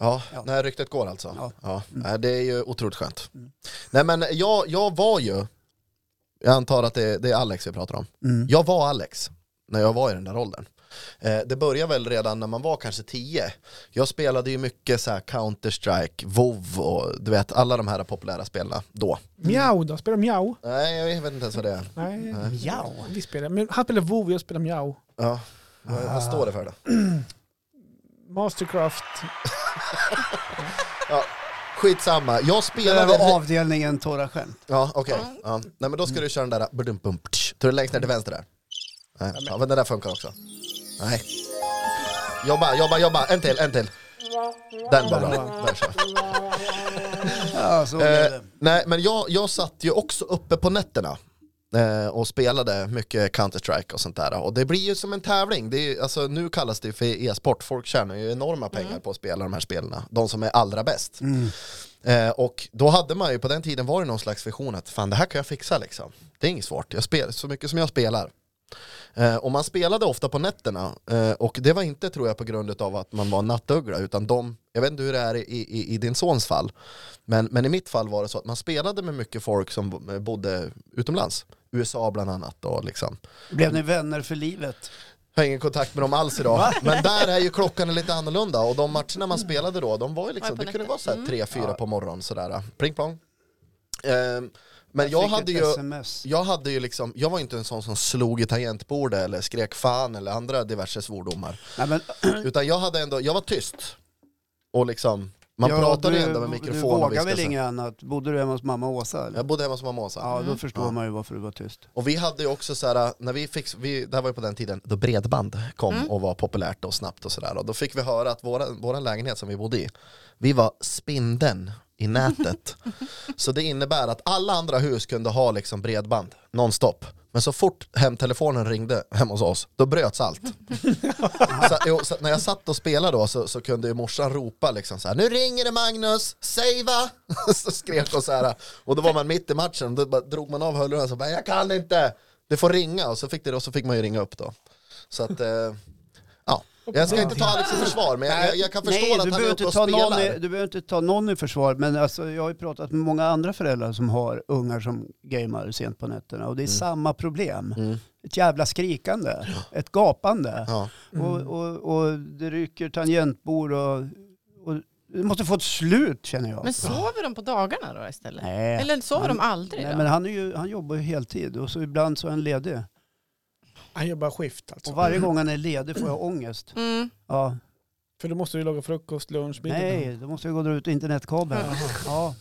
[SPEAKER 3] Ja,
[SPEAKER 1] Ja.
[SPEAKER 3] när ryktet går alltså.
[SPEAKER 1] Ja.
[SPEAKER 3] Ja. Nej, Det är ju otroligt skönt.
[SPEAKER 1] Mm.
[SPEAKER 3] Nej men jag, jag var ju, jag antar att det, det är Alex vi pratar om.
[SPEAKER 1] Mm.
[SPEAKER 3] Jag var Alex när jag var i den där åldern. Eh, det började väl redan när man var kanske 10. Jag spelade ju mycket så här Counter-Strike, WoW och du vet alla de här populära spelen då.
[SPEAKER 2] Mjau då, spelar mjau?
[SPEAKER 3] Nej, jag vet inte ens vad det är.
[SPEAKER 2] Nej,
[SPEAKER 1] Mjau.
[SPEAKER 2] vi spelar. Men han spelar WoW, jag spelar mjau.
[SPEAKER 3] Ja. Vad, vad står det för då?
[SPEAKER 2] Mastercraft.
[SPEAKER 3] Skitsamma, jag
[SPEAKER 1] Det där
[SPEAKER 3] spelade...
[SPEAKER 1] var avdelningen torra skämt.
[SPEAKER 3] Ja, okej.
[SPEAKER 4] Ja.
[SPEAKER 3] Ja. Nej men då ska du köra den där, badum-bum, ptsch. tror du längst ner till vänster där? Nej, ja, men den där funkar också. Nej. Jobba, jobba, jobba, en till, en till. Den var bra. Där kör vi.
[SPEAKER 1] Ja, så blev
[SPEAKER 3] Eh,
[SPEAKER 1] det.
[SPEAKER 3] nej, men jag, jag satt ju också uppe på nätterna eh, och spelade mycket Counter-Strike och sånt där. Och det blir ju som en tävling. Det är, ju- alltså, nu kallas det ju för e-sport. Folk tjänar ju enorma pengar på att spela de här spelen. De som är allra bäst.
[SPEAKER 1] Mm.
[SPEAKER 3] Eh, och då hade man ju, på den tiden var det någon slags vision att fan det här kan jag fixa liksom. Det är inget svårt, jag spelar så mycket som jag spelar. Eh, och man spelade ofta på nätterna eh, och det var inte tror jag på grund av att man var nattuggla utan de, jag vet inte hur det är i, i, i din sons fall, men, men i mitt fall var det så att man spelade med mycket folk som bo- eh, bodde utomlands. USA bland annat och liksom.
[SPEAKER 1] Blev ni vänner för livet?
[SPEAKER 3] Jag har ingen kontakt med dem alls idag. Men där är ju klockan lite annorlunda och de matcherna man spelade då, de var ju liksom,
[SPEAKER 4] Var på
[SPEAKER 3] det kunde
[SPEAKER 4] nätet.
[SPEAKER 3] vara så här
[SPEAKER 4] Mm.
[SPEAKER 3] tre, fyra
[SPEAKER 1] Ja.
[SPEAKER 3] på morgonen sådär. Pling plong. Ehm, men jag,
[SPEAKER 1] fick
[SPEAKER 3] hade
[SPEAKER 1] ett
[SPEAKER 3] ju,
[SPEAKER 1] sms.
[SPEAKER 3] jag hade ju liksom, jag var inte en sån som slog i tangentbordet eller skrek fan eller andra diverse svordomar.
[SPEAKER 1] Nej, men,
[SPEAKER 3] Utan jag hade ändå, jag var tyst. Och liksom, man
[SPEAKER 1] ja,
[SPEAKER 3] pratade ju
[SPEAKER 1] du-
[SPEAKER 3] ändå med
[SPEAKER 1] Du
[SPEAKER 3] mikrofon och
[SPEAKER 1] vågade väl
[SPEAKER 3] viskade. sig.
[SPEAKER 1] inget annat? Bodde du hemma hos mamma Åsa? Eller?
[SPEAKER 3] Jag bodde hemma hos mamma Åsa.
[SPEAKER 1] Ja, då förstår
[SPEAKER 3] Ja.
[SPEAKER 1] man ju varför du var tyst.
[SPEAKER 3] Och vi hade ju också så här, äh, när vi fick, vi, det här var ju på den tiden då bredband kom och var populärt och snabbt och sådär. Och Då fick vi höra att våra, våra lägenhet som vi bodde i, vi var spindeln i nätet. så det innebär att alla andra hus kunde ha liksom bredband nonstop. Men så fort hemtelefonen ringde hemma hos oss, då bröts allt. så, jo, så när jag satt och spelade då så, så kunde ju morsan ropa liksom så här, nu ringer det Magnus, savea! (laughs) så skrek hon så här, och då var man mitt i matchen, då bara drog man av hörlurarna och så bara, jag kan inte, det får ringa, och så fick, det, och så fick man ju ringa upp då. Så att, eh, ja. Jag ska inte ta Alex i försvar, men jag, jag, jag kan förstå
[SPEAKER 1] Nej, du
[SPEAKER 3] att han
[SPEAKER 1] behöver,
[SPEAKER 3] är uppe
[SPEAKER 1] inte
[SPEAKER 3] och
[SPEAKER 1] ta
[SPEAKER 3] spelar.
[SPEAKER 1] någon i, du behöver inte ta någon i försvar, men alltså, jag har ju pratat med många andra föräldrar som har ungar som gamer sent på nätterna och det är samma problem.
[SPEAKER 3] Mm.
[SPEAKER 1] Ett jävla skrikande, ett gapande
[SPEAKER 3] Ja. Mm.
[SPEAKER 1] och, och, och det ryker tangentbord och, och det måste få ett slut känner jag.
[SPEAKER 4] Men sover de på dagarna då istället?
[SPEAKER 1] Nej.
[SPEAKER 4] Eller sover de aldrig
[SPEAKER 1] Nej,
[SPEAKER 4] då?
[SPEAKER 1] Eh, men han, är ju, han jobbar ju heltid och så ibland så är han ledig.
[SPEAKER 2] Han jobbar skift
[SPEAKER 1] Och
[SPEAKER 2] alltså.
[SPEAKER 3] Mm.
[SPEAKER 1] varje gång han är ledig får jag ångest.
[SPEAKER 4] Mm.
[SPEAKER 1] Ja.
[SPEAKER 2] För då måste du laga frukost, lunch, middag.
[SPEAKER 1] Nej, då måste jag gå och dra ut internetkabeln. Ja.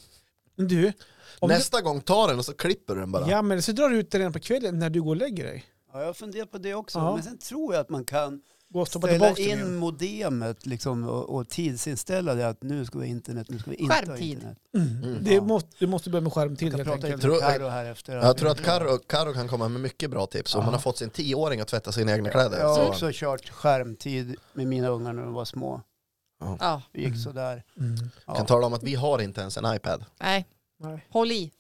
[SPEAKER 2] Men Du, om du,
[SPEAKER 3] Nästa gång tar den och så klipper du den bara.
[SPEAKER 2] ja, men så drar du ut det redan på kvällen när du går och lägger dig.
[SPEAKER 1] Ja, jag har funderat på det också.
[SPEAKER 2] Ja.
[SPEAKER 1] Men sen tror jag att man kan
[SPEAKER 2] Gå och stoppa
[SPEAKER 1] ställa
[SPEAKER 2] tillbaka den igen.
[SPEAKER 1] in modemet liksom, och, och tidsinställa det att nu ska vi ha internet, nu ska vi inte ha
[SPEAKER 4] Skärmtid.
[SPEAKER 1] internet.
[SPEAKER 3] Mm.
[SPEAKER 2] Det
[SPEAKER 1] Ja.
[SPEAKER 2] måste, du måste börja med skärmtid
[SPEAKER 1] Jag
[SPEAKER 2] helt
[SPEAKER 1] pratar
[SPEAKER 2] enkelt.
[SPEAKER 1] inte
[SPEAKER 3] Tror-
[SPEAKER 1] med Carro här efter.
[SPEAKER 3] Jag tror att Karo, Karo kan komma med mycket bra tips. Om
[SPEAKER 1] Ja.
[SPEAKER 3] man har fått sin tioåring att tvätta sina egna kläder.
[SPEAKER 1] Jag har
[SPEAKER 3] så-
[SPEAKER 1] också kört skärmtid med mina ungar när de var små.
[SPEAKER 4] Ja,
[SPEAKER 1] Det gick
[SPEAKER 2] Mm.
[SPEAKER 1] sådär.
[SPEAKER 2] Mm.
[SPEAKER 1] Ja.
[SPEAKER 3] Kan tala om att vi har inte ens en iPad.
[SPEAKER 4] nej.
[SPEAKER 2] Nej.
[SPEAKER 4] Håll i.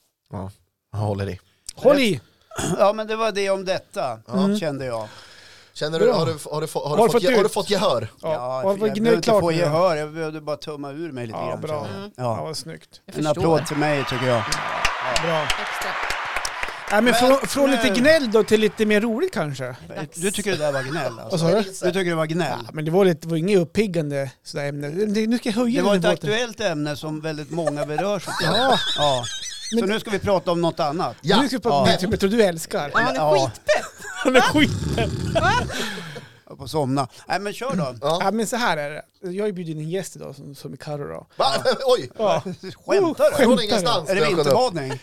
[SPEAKER 3] Jag håller i.
[SPEAKER 2] Håll i!
[SPEAKER 1] (clears throat) ja, men det var det om detta,
[SPEAKER 3] Ja.
[SPEAKER 2] Mm.
[SPEAKER 1] kände jag.
[SPEAKER 3] Känner du,
[SPEAKER 2] Bra.
[SPEAKER 3] har du, har du, få- har du, fått, ge-
[SPEAKER 2] ut?
[SPEAKER 3] har du fått gehör?
[SPEAKER 2] Ja,
[SPEAKER 1] jag,
[SPEAKER 2] och vad
[SPEAKER 1] jag
[SPEAKER 2] gnugg
[SPEAKER 1] behövde inte
[SPEAKER 2] klart
[SPEAKER 1] få
[SPEAKER 2] nu då.
[SPEAKER 1] gehör, jag behövde bara tumma ur mig lite
[SPEAKER 2] Ja,
[SPEAKER 1] grann.
[SPEAKER 2] bra.
[SPEAKER 1] kände jag.
[SPEAKER 4] Mm.
[SPEAKER 2] Ja,
[SPEAKER 1] Ja.
[SPEAKER 2] vad snyggt.
[SPEAKER 4] Jag
[SPEAKER 1] En
[SPEAKER 4] förstår. Mm.
[SPEAKER 1] applåd till mig tycker jag.
[SPEAKER 2] Bra.
[SPEAKER 4] Extra.
[SPEAKER 2] Nej, men
[SPEAKER 1] Men-
[SPEAKER 2] från, från
[SPEAKER 1] men-
[SPEAKER 2] lite gnäll då till lite mer roligt kanske.
[SPEAKER 4] Dags.
[SPEAKER 1] Du tycker det där var gnäll
[SPEAKER 2] Vad
[SPEAKER 1] alltså?
[SPEAKER 2] sa du?
[SPEAKER 1] Du tycker det var
[SPEAKER 2] Ja,
[SPEAKER 1] gnäll?
[SPEAKER 2] men det var, lite, det var inget uppiggande sådär ämne. Det- Nu ska jag höja
[SPEAKER 1] Det var
[SPEAKER 2] den
[SPEAKER 1] ett
[SPEAKER 2] här båten.
[SPEAKER 1] aktuellt ämne som väldigt många berörs av.
[SPEAKER 2] Ja,
[SPEAKER 1] Ja. Så
[SPEAKER 2] Men-
[SPEAKER 1] nu ska vi prata om något annat.
[SPEAKER 3] Ja.
[SPEAKER 2] nu ska vi prata om typ
[SPEAKER 1] Ja.
[SPEAKER 2] (laughs) det som jag tror du älskar.
[SPEAKER 4] Ja, han är
[SPEAKER 1] Ja.
[SPEAKER 4] skitpepp.
[SPEAKER 2] Han är skit.
[SPEAKER 1] Jag på att somna. Nej men kör då.
[SPEAKER 3] Ja.
[SPEAKER 2] Ja, men så här är det. Jag har ju bjudit in en gäst idag som, som är Carro då.
[SPEAKER 3] Va? (laughs) Oj!
[SPEAKER 2] Ja.
[SPEAKER 1] Skämtar du?
[SPEAKER 3] Från
[SPEAKER 2] Skämtar
[SPEAKER 3] ingenstans.
[SPEAKER 1] Är det
[SPEAKER 3] dök hon upp.
[SPEAKER 1] vinterbadning?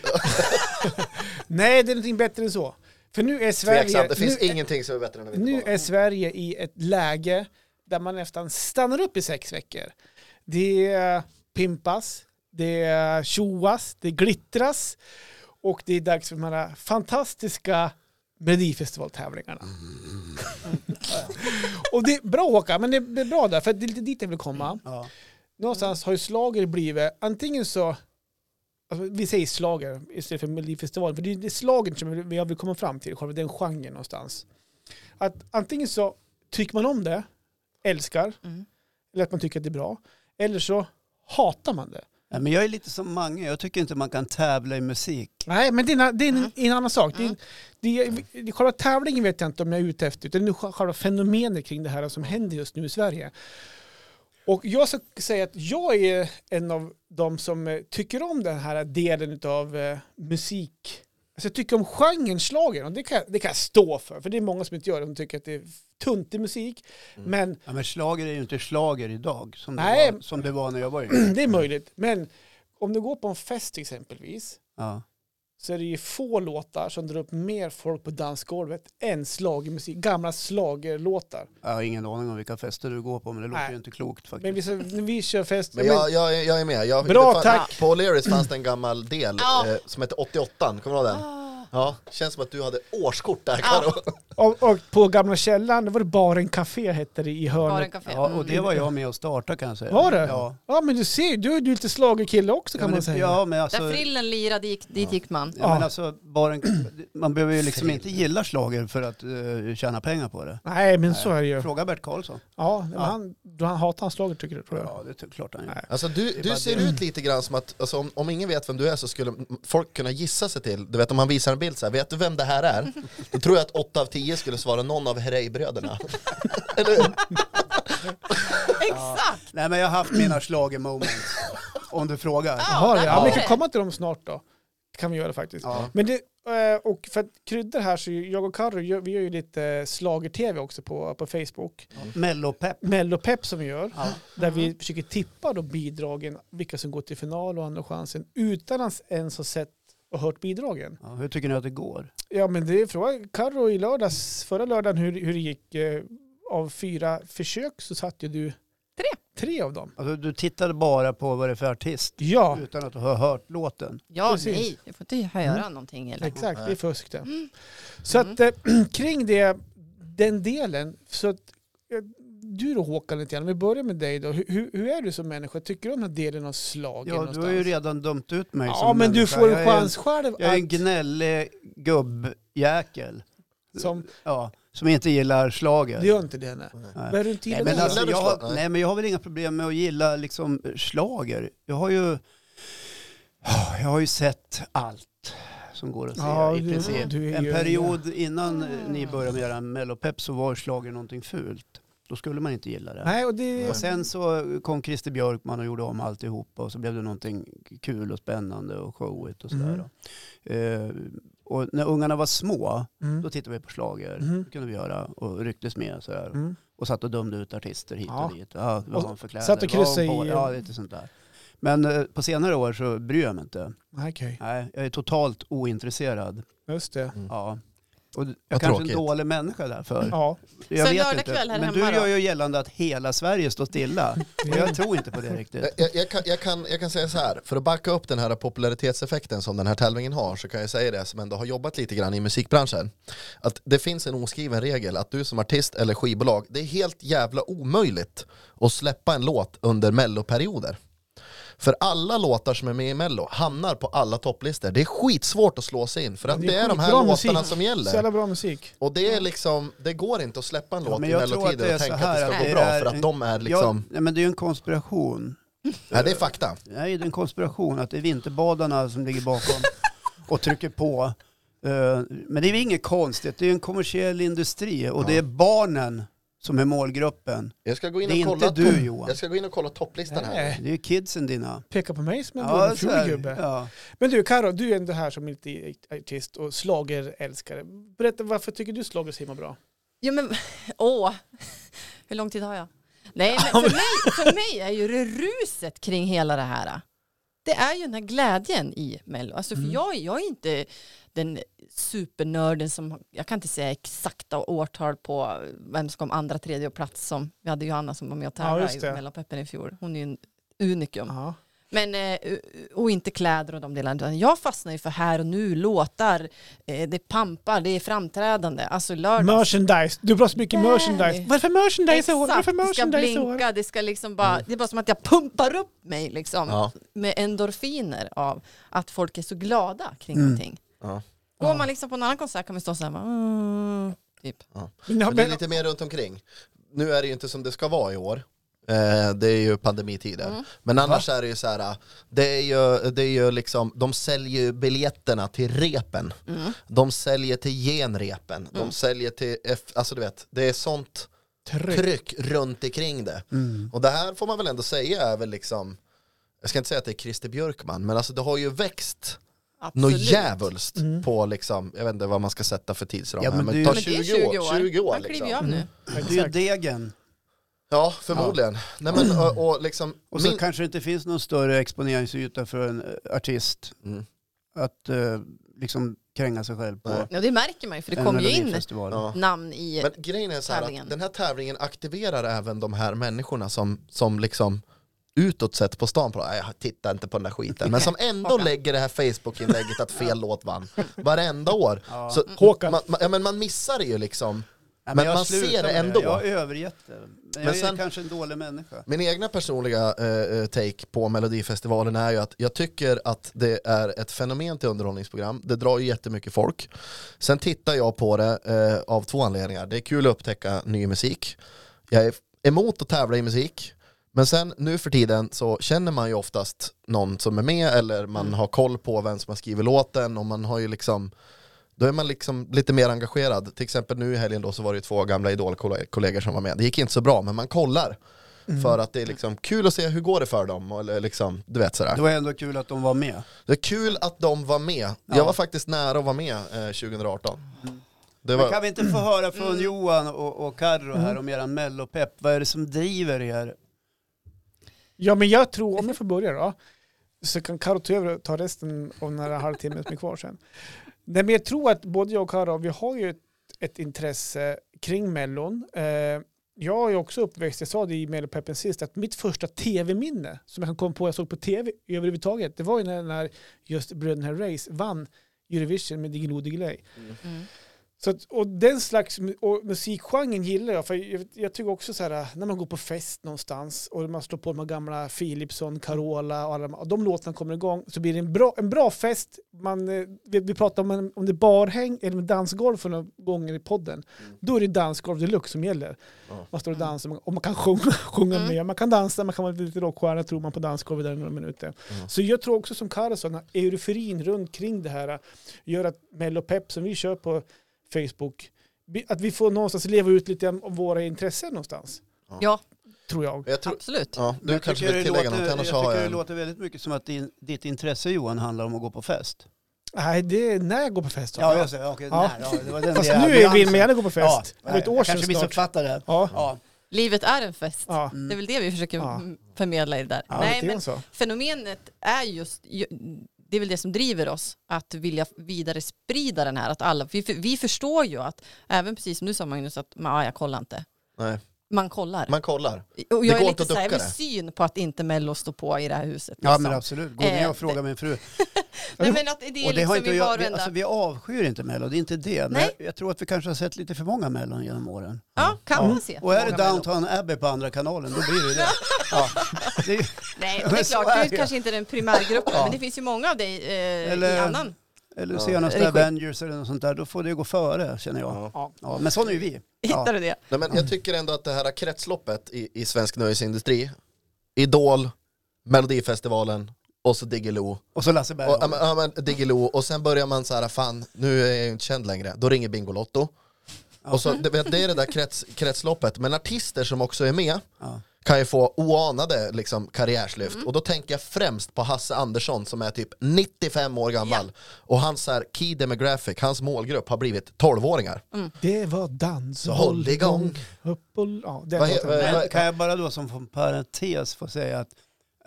[SPEAKER 2] Nej, det är någonting bättre än så. För nu är Sverige,
[SPEAKER 3] Tveksamt, det finns
[SPEAKER 2] nu,
[SPEAKER 3] ingenting som är bättre än en
[SPEAKER 2] nu
[SPEAKER 3] vinterbadning.
[SPEAKER 2] är Sverige i ett läge där man nästan stannar upp i sex veckor. Det pimpas, det tjoas, det glittras och det är dags för de här fantastiska Melodifestivaltävlingarna.
[SPEAKER 3] Mm.
[SPEAKER 2] (laughs) och det är bra Håkan, men det är bra där, för det är lite dit jag vill komma.
[SPEAKER 1] Ja.
[SPEAKER 2] någonstans har ju slager blivit, antingen så, alltså vi säger slager istället för Melodifestivalen, för det är det är slagen som jag vill komma fram till, själva den genren någonstans. Att antingen så tycker man om det, älskar,
[SPEAKER 4] Mm.
[SPEAKER 2] eller att man tycker att det är bra, eller så hatar man det.
[SPEAKER 1] Nej, men jag är lite som Mange, jag tycker inte man kan tävla i musik.
[SPEAKER 2] Nej, men det är en, det är en,
[SPEAKER 4] Mm.
[SPEAKER 2] en annan sak. Det är,
[SPEAKER 4] Mm.
[SPEAKER 2] det är, det är, själva tävlingen vet jag inte om jag är ute efter, utan det är själva fenomenet kring det här som händer just nu i Sverige. Och jag ska säga att jag är en av de som eh, tycker om den här delen av eh, musik. Alltså jag tycker om genren schlager, och det kan, jag- det kan jag stå för, för det är många som inte gör det, som tycker att det är tunt i musik.
[SPEAKER 4] Mm.
[SPEAKER 2] Men (clears throat)
[SPEAKER 1] Ja, men slager är ju inte slager idag som,
[SPEAKER 2] Nej.
[SPEAKER 1] Det, var, som det var när jag var yngre.
[SPEAKER 2] (clears throat) det är möjligt. Men om du går på en fest exempelvis,
[SPEAKER 1] Ja.
[SPEAKER 2] så är det ju få låtar som drar upp mer folk på dansgolvet än schlagermusik, gamla schlagerlåtar.
[SPEAKER 1] Jag har ingen aning om vilka fester du går på men det låter
[SPEAKER 2] Nej.
[SPEAKER 1] ju inte klokt
[SPEAKER 2] Men
[SPEAKER 1] faktiskt.
[SPEAKER 2] vi, så, när vi kör fest,
[SPEAKER 3] Men
[SPEAKER 2] men-
[SPEAKER 3] jag, jag, är- jag är med. Jag,
[SPEAKER 2] Bra,
[SPEAKER 3] det fan-
[SPEAKER 2] tack.
[SPEAKER 3] På O'Learys fanns det en gammal del
[SPEAKER 4] Ja.
[SPEAKER 3] eh, som hette 88 kommer du ihåg den?
[SPEAKER 4] Ah.
[SPEAKER 3] Ja, känns som att du hade årskort där
[SPEAKER 4] Ja.
[SPEAKER 3] Karo.
[SPEAKER 2] och, och på gamla källaren, då var det Baren Café hette det i
[SPEAKER 4] Baren
[SPEAKER 2] hörnet.
[SPEAKER 4] Café.
[SPEAKER 1] Ja, och
[SPEAKER 4] Mm.
[SPEAKER 1] det var jag med och startade kan jag säga.
[SPEAKER 2] Var det?
[SPEAKER 1] Ja.
[SPEAKER 2] Ja men du ser, du, du är lite schlagerkille också
[SPEAKER 1] ja,
[SPEAKER 2] kan
[SPEAKER 1] men,
[SPEAKER 2] man
[SPEAKER 1] det-
[SPEAKER 2] säga.
[SPEAKER 1] ja, men alltså,
[SPEAKER 4] Där frillen lirade gick, dit gick man.
[SPEAKER 1] ja,
[SPEAKER 2] Ja.
[SPEAKER 1] men alltså bara en, man behöver ju liksom inte gilla slager för att eh, tjäna pengar på det.
[SPEAKER 2] Nej men så är det ju.
[SPEAKER 1] Fråga Bert Karlsson.
[SPEAKER 2] Ja, men
[SPEAKER 1] Ja.
[SPEAKER 2] Han, då han hatar han slager tycker du tror jag.
[SPEAKER 1] Ja, det är klart han gör.
[SPEAKER 2] Nej.
[SPEAKER 3] Alltså du,
[SPEAKER 1] bara
[SPEAKER 3] du ser ut lite grann som att, alltså, om, om ingen vet vem du är så skulle m- folk kunna gissa sig till, du vet om man visar en bild så här, vet du vem det här är? Då tror jag att 8 av 10 skulle svara någon av Herrey-bröderna. Eller hur?
[SPEAKER 4] Exakt!
[SPEAKER 1] Nej, men jag har haft mina schlager-moments.
[SPEAKER 2] (laughs)
[SPEAKER 1] om du frågar.
[SPEAKER 2] Jaha, ja,
[SPEAKER 4] där
[SPEAKER 2] ja.
[SPEAKER 4] var
[SPEAKER 2] Men vi kan
[SPEAKER 4] det.
[SPEAKER 2] komma till dem snart då. kan vi göra faktiskt.
[SPEAKER 1] Ja.
[SPEAKER 2] Men det, eh, och för att krydda det här så ju- jag och Carro, gör- vi gör ju lite schlager-tv också på, på Facebook.
[SPEAKER 1] Mellopepp.
[SPEAKER 2] Mellopepp som vi gör.
[SPEAKER 1] Ja.
[SPEAKER 2] Där vi försöker tippa då bidragen, vilka som går till final och andra chansen, utan att ens ha sett och hört bidragen.
[SPEAKER 1] Ja, hur tycker ni att det går?
[SPEAKER 2] Ja men det är fråga Carro i lördags, förra lördagen hur, hur det gick. Eh, av fyra försök så satt ju du
[SPEAKER 4] Tre.
[SPEAKER 2] tre av dem.
[SPEAKER 1] Alltså, du tittade bara på vad det är för artist
[SPEAKER 2] Ja,
[SPEAKER 1] utan att ha hört låten.
[SPEAKER 4] Ja,
[SPEAKER 2] Precis.
[SPEAKER 4] nej. Jag får inte höra
[SPEAKER 1] Mm.
[SPEAKER 4] någonting. Eller.
[SPEAKER 2] exakt, det är fusk det. Så att eh, (clears throat) kring det, den delen, så att eh, du då Håkan lite grann, om vi börjar med dig då. Hur- Hur, hur är du som människa? Tycker du om den här delen av slagen
[SPEAKER 1] Ja, du
[SPEAKER 2] någonstans?
[SPEAKER 1] har ju redan dömt ut mig
[SPEAKER 2] ja
[SPEAKER 1] som
[SPEAKER 2] men du
[SPEAKER 1] människa.
[SPEAKER 2] får
[SPEAKER 1] Jag
[SPEAKER 2] en
[SPEAKER 1] är
[SPEAKER 2] chans själv
[SPEAKER 1] Jag är en
[SPEAKER 2] att,
[SPEAKER 1] gnällig gubbjäkel.
[SPEAKER 2] som,
[SPEAKER 1] Ja, som inte gillar
[SPEAKER 2] det
[SPEAKER 1] slager.
[SPEAKER 2] gör inte det nej. Behöver du inte gilla
[SPEAKER 1] Nej men,
[SPEAKER 2] det?
[SPEAKER 1] alltså,
[SPEAKER 3] du
[SPEAKER 1] jag
[SPEAKER 3] schlager?
[SPEAKER 1] har, nej men jag har väl inga problem med att gilla liksom slager. Jag har ju, jag har ju sett allt som går att se
[SPEAKER 2] Ja,
[SPEAKER 1] i
[SPEAKER 2] du-
[SPEAKER 1] princip.
[SPEAKER 2] du är
[SPEAKER 1] en
[SPEAKER 2] ju-
[SPEAKER 1] period innan ni började med era mellopep så var slager någonting fult. Då skulle man inte gilla det.
[SPEAKER 2] Nej, och det,
[SPEAKER 1] Och sen så kom Christer Björkman och gjorde om alltihopa och så blev det någonting kul och spännande och showigt och sådär.
[SPEAKER 2] Mm.
[SPEAKER 1] då. Eh, och när ungarna var små,
[SPEAKER 2] Mm.
[SPEAKER 1] då tittade vi på slager.
[SPEAKER 2] Mm.
[SPEAKER 1] Det kunde vi göra och rycktes med sådär.
[SPEAKER 2] Mm.
[SPEAKER 1] Och satt och dömde ut artister hit
[SPEAKER 2] Ja.
[SPEAKER 1] och dit. Ja, vad
[SPEAKER 2] Och
[SPEAKER 1] har hon för kläder?
[SPEAKER 2] satt och
[SPEAKER 1] Vad har
[SPEAKER 2] kryssade
[SPEAKER 1] hon på-
[SPEAKER 2] i-
[SPEAKER 1] Ja, lite sånt där. Men eh, på senare år så bryr jag mig inte.
[SPEAKER 2] Nej, Okej,
[SPEAKER 1] Nej, jag är totalt ointresserad.
[SPEAKER 2] Mm. just det.
[SPEAKER 1] Ja. Och jag
[SPEAKER 3] Vad
[SPEAKER 1] kanske
[SPEAKER 3] tråkigt.
[SPEAKER 1] är en dålig människa därför.
[SPEAKER 2] Ja,
[SPEAKER 1] Jag
[SPEAKER 4] Så
[SPEAKER 1] vet
[SPEAKER 4] lördag
[SPEAKER 1] inte.
[SPEAKER 4] kväll här
[SPEAKER 1] Men du
[SPEAKER 4] hemma då?
[SPEAKER 1] gör ju gällande att hela Sverige står
[SPEAKER 2] (laughs)
[SPEAKER 1] stilla. Och jag tror inte på det riktigt.
[SPEAKER 3] Jag, jag, kan, jag, kan, jag kan säga så här, för att backa upp den här popularitetseffekten som den här tävlingen har så kan jag säga det som ändå har jobbat lite grann i musikbranschen. Att det finns en oskriven regel att du som artist eller skivbolag, det är helt jävla omöjligt att släppa en låt under melloperioder. För alla låtar som är med i mello hamnar på alla topplistor. Det är skitsvårt att slå sig in för att
[SPEAKER 2] det
[SPEAKER 3] det
[SPEAKER 2] är
[SPEAKER 3] är, de här
[SPEAKER 2] skitbra
[SPEAKER 3] låtarna
[SPEAKER 2] musik.
[SPEAKER 3] som
[SPEAKER 2] så
[SPEAKER 3] gäller.
[SPEAKER 2] jävla bra musik.
[SPEAKER 3] Och det är liksom, det går inte att släppa en
[SPEAKER 1] Ja,
[SPEAKER 3] låt
[SPEAKER 1] men
[SPEAKER 3] i
[SPEAKER 1] jag tror att det
[SPEAKER 3] mellotider
[SPEAKER 1] är
[SPEAKER 3] och
[SPEAKER 1] så
[SPEAKER 3] tänka att
[SPEAKER 1] här
[SPEAKER 3] det
[SPEAKER 1] att
[SPEAKER 3] ska
[SPEAKER 1] det
[SPEAKER 3] gå bra
[SPEAKER 1] är
[SPEAKER 3] för
[SPEAKER 1] en-
[SPEAKER 3] att de är
[SPEAKER 1] Ja,
[SPEAKER 3] (laughs) liksom,
[SPEAKER 1] nej, men det är ju en konspiration.
[SPEAKER 3] ja, det är fakta.
[SPEAKER 1] Nej, det är en konspiration att det är vinterbadarna som ligger bakom
[SPEAKER 3] (laughs)
[SPEAKER 1] och trycker på. Eh, Men det är ju inget konstigt, det är ju en kommersiell industri och det är barnen som är målgruppen.
[SPEAKER 3] Jag ska gå in
[SPEAKER 1] Det är
[SPEAKER 3] och kolla
[SPEAKER 1] inte du, Johan.
[SPEAKER 3] Jag ska gå in och kolla topplistan här.
[SPEAKER 2] Nej,
[SPEAKER 1] Det är ju kidsen dina.
[SPEAKER 2] Peka på mig som en dålig
[SPEAKER 1] så här,
[SPEAKER 2] ful gubbe.
[SPEAKER 1] ja.
[SPEAKER 2] Men du Karo, du är ändå här som lite artist och slagerälskare. Berätta, varför tycker du slager så himla bra?
[SPEAKER 4] Jo, men (laughs) åh. Hur lång tid har jag? Nej, men för mig, för mig är ju det ruset kring hela det här. Det är ju den här glädjen i Mello. Alltså för
[SPEAKER 2] Mm.
[SPEAKER 4] jag, jag är inte den supernörden som, jag kan inte säga exakta årtal på vem som kom andra, tredje och plats som, vi hade Johanna som var med och
[SPEAKER 2] Ja,
[SPEAKER 4] tävlade
[SPEAKER 2] just
[SPEAKER 4] i
[SPEAKER 2] det.
[SPEAKER 4] Mellopeppen i fjol. Hon är ju en unikum.
[SPEAKER 2] Ja.
[SPEAKER 4] Men, eh, och inte kläder och de delarna. utan Jag fastnar ju för här och nu, låtar, eh, det pampar, det är framträdande. Alltså lördags.
[SPEAKER 2] Merchandise. Du pratar så mycket
[SPEAKER 4] Nej.
[SPEAKER 2] merchandise. Varför merchandise i år?
[SPEAKER 4] Exakt,
[SPEAKER 2] Varför
[SPEAKER 4] det ska
[SPEAKER 2] merchandise i år?
[SPEAKER 4] blinka, det ska liksom bara, det är bara som att jag pumpar upp mig liksom
[SPEAKER 3] Ja.
[SPEAKER 4] med endorfiner av att folk är så glada kring
[SPEAKER 1] Mm.
[SPEAKER 4] någonting.
[SPEAKER 3] Ja.
[SPEAKER 4] Går
[SPEAKER 2] Ja.
[SPEAKER 4] man liksom på en annan konsert kan man stå så här, bara, mm, typ.
[SPEAKER 2] Ja,
[SPEAKER 3] Men det är
[SPEAKER 2] men,
[SPEAKER 3] lite mer runt omkring. Nu är det ju inte som det ska vara i år. Eh, det är ju pandemitider.
[SPEAKER 2] Mm.
[SPEAKER 3] Men annars är det ju så här, det är ju, det är ju liksom, de säljer ju biljetterna till repen.
[SPEAKER 2] Mm.
[SPEAKER 3] De säljer till genrepen. De säljer till, F, alltså du vet, det är sånt
[SPEAKER 2] Tryck.
[SPEAKER 3] tryck runt omkring det.
[SPEAKER 1] Mm.
[SPEAKER 3] Och det här får man väl ändå säga är väl liksom, jag ska inte säga att det är Christer Björkman, men alltså det har ju växt något
[SPEAKER 4] Absolut. Mm.
[SPEAKER 3] djävulskt på liksom, jag vet inte vad man ska sätta för tidsram
[SPEAKER 1] Ja,
[SPEAKER 3] här,
[SPEAKER 1] men
[SPEAKER 3] men
[SPEAKER 1] det är-
[SPEAKER 3] ta
[SPEAKER 4] Men det
[SPEAKER 3] 20,
[SPEAKER 4] är 20
[SPEAKER 3] år. 20 år
[SPEAKER 4] Man kliver
[SPEAKER 3] liksom.
[SPEAKER 4] ju av nu.
[SPEAKER 1] Det är ju degen.
[SPEAKER 3] Ja, förmodligen. Nej, men, och, och liksom,
[SPEAKER 1] (clears throat) Och så
[SPEAKER 3] min,
[SPEAKER 1] kanske det inte finns någon större exponeringsyta för en eh, artist
[SPEAKER 3] Mm.
[SPEAKER 1] att eh, liksom kränga sig själv på.
[SPEAKER 3] Nej.
[SPEAKER 4] Ja, det märker man ju för det
[SPEAKER 1] en
[SPEAKER 4] kommer ju in
[SPEAKER 1] Melodifestivalen.
[SPEAKER 3] ja.
[SPEAKER 4] namn i
[SPEAKER 3] men grejen är så här
[SPEAKER 4] Mm. tävlingen.
[SPEAKER 3] att den här tävlingen aktiverar även de här människorna som, som liksom utåt sett på stan, på, "Nej, jag tittar inte på den där skiten, men
[SPEAKER 4] (laughs)
[SPEAKER 3] som ändå
[SPEAKER 4] Håkan.
[SPEAKER 3] lägger det här Facebook-inlägget att
[SPEAKER 4] (laughs)
[SPEAKER 3] fel låt vann varenda år.
[SPEAKER 1] Ja.
[SPEAKER 3] Så
[SPEAKER 2] Håkan.
[SPEAKER 3] man, man, ja, men man missar det ju liksom.
[SPEAKER 1] Ja,
[SPEAKER 3] Men
[SPEAKER 1] jag
[SPEAKER 3] man ser
[SPEAKER 1] slutar
[SPEAKER 3] det
[SPEAKER 1] med
[SPEAKER 3] ändå.
[SPEAKER 1] Jag har övergett det. Men, jag
[SPEAKER 3] sen-
[SPEAKER 1] är kanske en dålig människa.
[SPEAKER 3] Min egna personliga eh, eh, take på Melodifestivalen är ju att jag tycker att det är ett fenomen till underhållningsprogram. Det drar ju jättemycket folk. Sen tittar jag på det eh, av två anledningar. Det är kul att upptäcka ny musik. Jag är emot att tävla i musik. Men sen nu för tiden så känner man ju oftast någon som är med eller man har koll på vem som har skrivit låten och man har ju liksom då är man liksom lite mer engagerad. Till exempel nu i helgen då så var det ju två gamla idolkollegor som var med. Det gick inte så bra men man kollar.
[SPEAKER 2] Mm.
[SPEAKER 1] Mm.
[SPEAKER 3] För att det är liksom kul att se hur går det för dem. Eller liksom, du vet sådär.
[SPEAKER 1] Det var ändå kul att de var med.
[SPEAKER 3] Det är kul att de var med. Jag var faktiskt nära att vara med eh, 2018. Det
[SPEAKER 1] Mm. Men
[SPEAKER 3] var, Mm.
[SPEAKER 1] kan vi inte få höra från Johan och, och Carro här om eran mellopepp? Vad är det som driver er?
[SPEAKER 2] ja, men jag tror, om jag får börja då, så kan Karo ta över och ta resten av den här halvtimmen som är kvar sen. Nej, men jag tror att både jag och Karo, vi har ju ett, ett intresse kring Mellon. Eh, jag är ju också uppväxt, jag sa det i Mellopeppen sist, att mitt första tv-minne som jag kan komma på, jag såg på tv överhuvudtaget, det var ju när, när just bröderna Race vann Eurovision med Diggiloo Diggiley.
[SPEAKER 4] Mm.
[SPEAKER 2] Så att, och den slags mu- och musikgenren gillar jag. För jag, jag tycker också så här, när man går på fest någonstans och man slår på de här gamla Philipsson, Carola och alla de, och de låtarna kommer igång så blir det en bra, en bra fest. Man, eh, vi, vi pratar om, en- om det är barhäng eller dansgolv för några gånger i podden. Då är det dansgolv deluxe som gäller.
[SPEAKER 3] Mm. Ja.
[SPEAKER 2] Man står och dansar och man- och man kan sjunga, (laughs) sjunga
[SPEAKER 4] Mm.
[SPEAKER 2] med. Man kan dansa, man kan vara lite rockstjärna tror man på dansgolvet där i några minuter.
[SPEAKER 3] Mm.
[SPEAKER 2] Så jag tror också som Carro sa, den här euforin runt kring det här eh, gör att Mellopepp som vi kör på Facebook, vi- att vi får någonstans leva ut lite av våra intressen någonstans,
[SPEAKER 4] Ja,
[SPEAKER 2] tror jag.
[SPEAKER 3] jag tror,
[SPEAKER 4] absolut.
[SPEAKER 3] ja, du
[SPEAKER 1] Jag
[SPEAKER 3] kanske
[SPEAKER 1] tycker
[SPEAKER 3] vill
[SPEAKER 1] det
[SPEAKER 3] tillägga
[SPEAKER 1] låter-
[SPEAKER 3] något, annars
[SPEAKER 1] jag
[SPEAKER 3] har
[SPEAKER 1] tycker
[SPEAKER 3] jag
[SPEAKER 1] det
[SPEAKER 3] en...
[SPEAKER 1] låter väldigt mycket som att din, ditt intresse Johan handlar om att gå på fest.
[SPEAKER 2] Nej, det är när jag går på fest.
[SPEAKER 1] Ja, jag säger, okej,
[SPEAKER 2] Ja.
[SPEAKER 1] nej, ja. det var den
[SPEAKER 2] Fast
[SPEAKER 1] där
[SPEAKER 2] nu är vill
[SPEAKER 1] nyansen.
[SPEAKER 2] man gärna gå på
[SPEAKER 1] Ja,
[SPEAKER 2] fest. det var ett
[SPEAKER 1] nej,
[SPEAKER 2] år
[SPEAKER 1] jag
[SPEAKER 2] sedan
[SPEAKER 1] kanske
[SPEAKER 2] snart.
[SPEAKER 1] missuppfattade.
[SPEAKER 2] Ja.
[SPEAKER 1] Ja. Mm.
[SPEAKER 4] Livet är en fest.
[SPEAKER 2] Ja.
[SPEAKER 4] Det är väl det vi försöker
[SPEAKER 2] Ja.
[SPEAKER 4] mm, förmedla i det där.
[SPEAKER 2] Ja,
[SPEAKER 4] Nej,
[SPEAKER 2] lite
[SPEAKER 4] men
[SPEAKER 2] grann så.
[SPEAKER 4] fenomenet är just, ju- det är väl det som driver oss att vilja vidare sprida den här. Att alla, vi, för- vi förstår ju att, även precis som du sa Magnus, att man, ja, jag kollar inte.
[SPEAKER 3] Nej,
[SPEAKER 4] Man kollar.
[SPEAKER 3] man kollar.
[SPEAKER 4] och
[SPEAKER 3] det
[SPEAKER 4] jag
[SPEAKER 3] går inte
[SPEAKER 4] är lite
[SPEAKER 3] att
[SPEAKER 4] så här, jag
[SPEAKER 3] ducka
[SPEAKER 4] vill
[SPEAKER 3] det.
[SPEAKER 4] syn på att inte Mello står på i det här huset.
[SPEAKER 1] Ja
[SPEAKER 4] liksom.
[SPEAKER 1] men absolut, gå ner och
[SPEAKER 2] Eh,
[SPEAKER 1] fråga min fru.
[SPEAKER 4] Nej, men att det är
[SPEAKER 1] Och det har
[SPEAKER 4] liksom
[SPEAKER 1] inte
[SPEAKER 4] i
[SPEAKER 1] jag-
[SPEAKER 4] var och
[SPEAKER 1] vi,
[SPEAKER 4] enda...
[SPEAKER 1] alltså, vi avskyr inte Mello, det är inte det. Men
[SPEAKER 4] Nej.
[SPEAKER 1] jag, jag tror att vi kanske har sett lite för många Mellon genom åren.
[SPEAKER 4] Ja, kan man se.
[SPEAKER 1] Och är det
[SPEAKER 4] många Mello.
[SPEAKER 1] Downton Abbey på andra kanalen, då blir
[SPEAKER 2] (laughs)
[SPEAKER 1] det det. Ja. det är- (laughs)
[SPEAKER 4] Nej,
[SPEAKER 1] Men
[SPEAKER 4] det är
[SPEAKER 1] så
[SPEAKER 4] klart,
[SPEAKER 1] är
[SPEAKER 4] du
[SPEAKER 1] det.
[SPEAKER 4] är kanske inte den primärgruppen,
[SPEAKER 1] Ja.
[SPEAKER 4] men det finns ju många av dig eh, i
[SPEAKER 1] Eller-
[SPEAKER 4] annan.
[SPEAKER 1] eller
[SPEAKER 3] Ja.
[SPEAKER 1] senaste
[SPEAKER 4] Regi.
[SPEAKER 1] Avengers eller något sånt där, då får det gå före känner jag.
[SPEAKER 3] Ja.
[SPEAKER 1] Ja. men sån är ju vi.
[SPEAKER 4] Hittar
[SPEAKER 1] Ja.
[SPEAKER 4] du det?
[SPEAKER 3] Nej,
[SPEAKER 1] Mm.
[SPEAKER 3] men jag tycker ändå att det här kretsloppet i, i svensk nöjesindustri, Idol, Melodifestivalen och så Diggiloo.
[SPEAKER 1] Och så Lasse
[SPEAKER 3] Och, ja,
[SPEAKER 1] Berghagen.
[SPEAKER 3] men, ja, men Diggiloo och sen börjar man så här, fan nu är jag ju inte känd längre, då ringer Bingolotto. Och så, det, det är det där krets, kretsloppet, men artister som också är med
[SPEAKER 1] Ja.
[SPEAKER 3] kan ju få oanade liksom, karriärslyft.
[SPEAKER 4] Mm.
[SPEAKER 3] Och då tänker jag främst på Hasse Andersson som är typ 95 år gammal. Och hans så här, key demographic, hans målgrupp har blivit 12-åringar.
[SPEAKER 2] Det var dans och
[SPEAKER 3] Så håll igång.
[SPEAKER 2] Upp och... Ja, det
[SPEAKER 3] Vad
[SPEAKER 2] låter
[SPEAKER 3] he- vad-
[SPEAKER 2] bra.
[SPEAKER 1] Men kan jag bara då som från parentes få säga att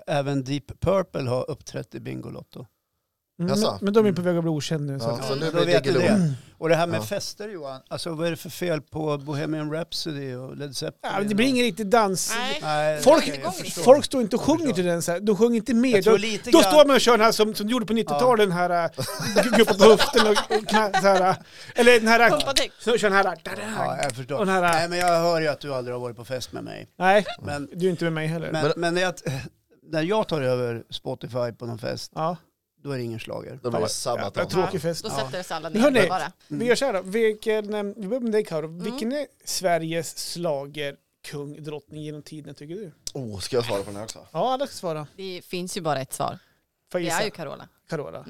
[SPEAKER 1] även Deep Purple har uppträtt i Bingolotto.
[SPEAKER 2] Mm,
[SPEAKER 3] Jaså?
[SPEAKER 2] men, men de är på väg att bli okända nu. Så.
[SPEAKER 3] Ja,
[SPEAKER 2] att-
[SPEAKER 3] så nu
[SPEAKER 1] då
[SPEAKER 3] blir
[SPEAKER 1] vet du
[SPEAKER 3] Diggiloo.
[SPEAKER 1] det. Och det här med
[SPEAKER 3] Ja.
[SPEAKER 1] fester Johan, alltså vad är det för fel på Bohemian Rhapsody och Led Zeppelin?
[SPEAKER 2] Ja, men det blir ingen riktig dans.
[SPEAKER 4] Nej.
[SPEAKER 1] Nej,
[SPEAKER 2] Folk-
[SPEAKER 1] okej, jag förstår.
[SPEAKER 2] Folk står inte och sjunger
[SPEAKER 1] förstår.
[SPEAKER 2] till den så här. De sjunger inte med.
[SPEAKER 1] Jag tror
[SPEAKER 2] De,
[SPEAKER 1] lite
[SPEAKER 2] då
[SPEAKER 1] grann-
[SPEAKER 2] står man och kör den här som, som de gjorde på 90-talet, den här äh,
[SPEAKER 1] (laughs)
[SPEAKER 2] gu- gubben på höften och, och knä, så här. äh, Eller den här...
[SPEAKER 4] Pumpa däck.
[SPEAKER 2] Så kör den här... da, da.
[SPEAKER 1] Ja, jag förstår.
[SPEAKER 2] Och den här-
[SPEAKER 1] Nej, men jag hör ju att du aldrig har varit på fest med mig.
[SPEAKER 2] Nej,
[SPEAKER 1] Men,
[SPEAKER 2] du är inte med mig heller.
[SPEAKER 1] men, men det är att, när jag tar över Spotify på någon fest,
[SPEAKER 2] ja.
[SPEAKER 1] då är det ingen schlager.
[SPEAKER 3] Då blir det Sabaton.
[SPEAKER 2] Jävla tråkig fest.
[SPEAKER 4] Då
[SPEAKER 1] Ja.
[SPEAKER 4] sätter sig alla
[SPEAKER 2] Hörni.
[SPEAKER 4] ner bara.
[SPEAKER 2] Vi gör så här då. Vilken, eh, vi börjar med dig Karo. Vilken är Sveriges slager, kung, drottning genom tiden tycker du?
[SPEAKER 3] Oh, ska jag svara på den här också?
[SPEAKER 2] Ja, alla ska svara.
[SPEAKER 4] Det finns ju bara ett svar.
[SPEAKER 2] Får
[SPEAKER 4] Det
[SPEAKER 2] jag
[SPEAKER 4] är ju
[SPEAKER 2] gissa?
[SPEAKER 4] Carola.
[SPEAKER 2] Carola.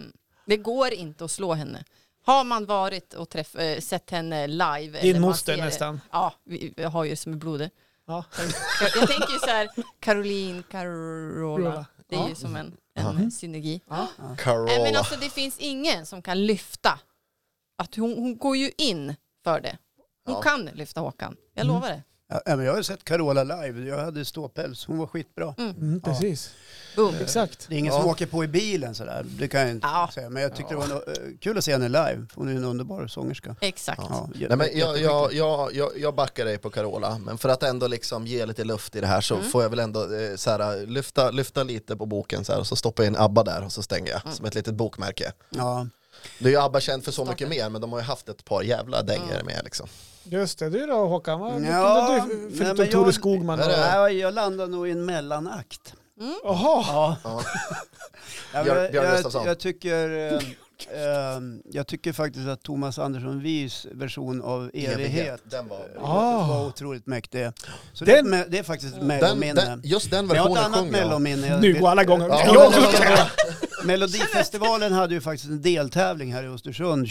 [SPEAKER 4] Det går inte att slå henne. Har man varit och träff, eh, sett henne live.
[SPEAKER 2] Din
[SPEAKER 4] eller man
[SPEAKER 2] moster
[SPEAKER 4] ser-
[SPEAKER 2] nästan.
[SPEAKER 4] Ja, vi, vi har ju som är blodet.
[SPEAKER 2] Ja.
[SPEAKER 4] Jag, jag tänker ju så här, Caroline, Carola.
[SPEAKER 2] Carola.
[SPEAKER 4] Det är
[SPEAKER 2] Ja.
[SPEAKER 4] ju som en, en synergi. Nej, men
[SPEAKER 3] Carola.
[SPEAKER 4] alltså det finns ingen som kan lyfta. Att hon, hon går ju in för det. Hon
[SPEAKER 3] Ja.
[SPEAKER 4] kan lyfta Håkan. Jag lovar det.
[SPEAKER 1] Ja, men jag har ju sett Carola live, jag hade ståpäls, hon var skitbra.
[SPEAKER 2] Mm, precis.
[SPEAKER 4] Boom.
[SPEAKER 2] Exakt.
[SPEAKER 1] Det är ingen som åker på i bilen sådär, det kan jag inte
[SPEAKER 4] Ja.
[SPEAKER 1] säga. Men jag tyckte det var no- eh, kul att se henne live, hon är ju en underbar sångerska.
[SPEAKER 4] Exakt.
[SPEAKER 1] Ja, jä-
[SPEAKER 3] Nej, men jag, jag, jag, jag, jag backar dig på Carola, men för att ändå liksom ge lite luft i det här så
[SPEAKER 4] Mm.
[SPEAKER 3] får jag väl ändå eh, så här, lyfta, lyfta lite på boken så här, och så stoppar jag in ABBA där och så stänger jag
[SPEAKER 4] Mm.
[SPEAKER 3] som ett litet bokmärke.
[SPEAKER 1] Ja.
[SPEAKER 3] Nu är ju ABBA känd för så mycket mer, men de har ju haft ett par jävla dängor med liksom.
[SPEAKER 2] Just det, du då Håkan? Vad, vilken
[SPEAKER 1] Ja,
[SPEAKER 2] har du
[SPEAKER 1] nej,
[SPEAKER 2] f- förutom
[SPEAKER 1] men
[SPEAKER 2] Tore
[SPEAKER 1] jag-
[SPEAKER 2] Skogman?
[SPEAKER 3] Är det-
[SPEAKER 2] Jaha,
[SPEAKER 1] Nej, jag landar nog i en mellanakt.
[SPEAKER 4] Mm.
[SPEAKER 1] Ja.
[SPEAKER 3] Ja.
[SPEAKER 1] (laughs) Ja, men
[SPEAKER 3] Björn-
[SPEAKER 1] jag,
[SPEAKER 3] Björn
[SPEAKER 1] jag,
[SPEAKER 3] Gustafsson.
[SPEAKER 1] jag, tycker, eh, eh, jag tycker faktiskt att Thomas Andersson Wies version av evighet eh,
[SPEAKER 3] Den var...
[SPEAKER 2] Ah.
[SPEAKER 1] var otroligt mäktig. Så
[SPEAKER 2] Den-
[SPEAKER 1] det, är ett me- det är faktiskt ett
[SPEAKER 3] Den,
[SPEAKER 1] mellominne.
[SPEAKER 3] den, just den
[SPEAKER 1] Men jag har ett
[SPEAKER 3] versionen
[SPEAKER 1] annat
[SPEAKER 3] sjunger jag.
[SPEAKER 1] mellominne. Jag-
[SPEAKER 2] nu går alla gånger.
[SPEAKER 3] Ja.
[SPEAKER 2] Jag också ska-
[SPEAKER 1] Melodi- Melodifestivalen hade ju faktiskt en deltävling här i Östersund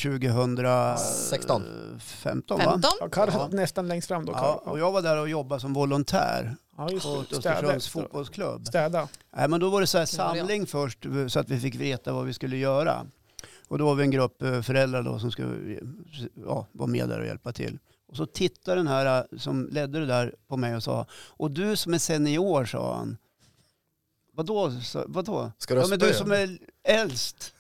[SPEAKER 1] 2016 15, va?
[SPEAKER 4] 15.
[SPEAKER 2] Ja, Karl satt nästan längst fram då.
[SPEAKER 1] Ja,
[SPEAKER 2] Karl.
[SPEAKER 1] och jag var där och jobbade som volontär
[SPEAKER 2] Ja, just
[SPEAKER 1] åt
[SPEAKER 2] det. Städa.
[SPEAKER 1] Östersunds fotbollsklubb.
[SPEAKER 2] Städa.
[SPEAKER 1] Nej, men då var det så här
[SPEAKER 4] Det var det.
[SPEAKER 1] samling först eh, så att vi fick veta vad vi skulle göra. Och då var vi en grupp eh, föräldrar då som skulle eh, ja, vara med där och hjälpa till. Och så tittade den här eh, som ledde det där på mig och sa, och du som är senior sa han. Vadå? sa- Vadå?
[SPEAKER 3] Ska du
[SPEAKER 1] Ja,
[SPEAKER 3] ha
[SPEAKER 1] men du
[SPEAKER 3] spö?
[SPEAKER 1] som är äldst.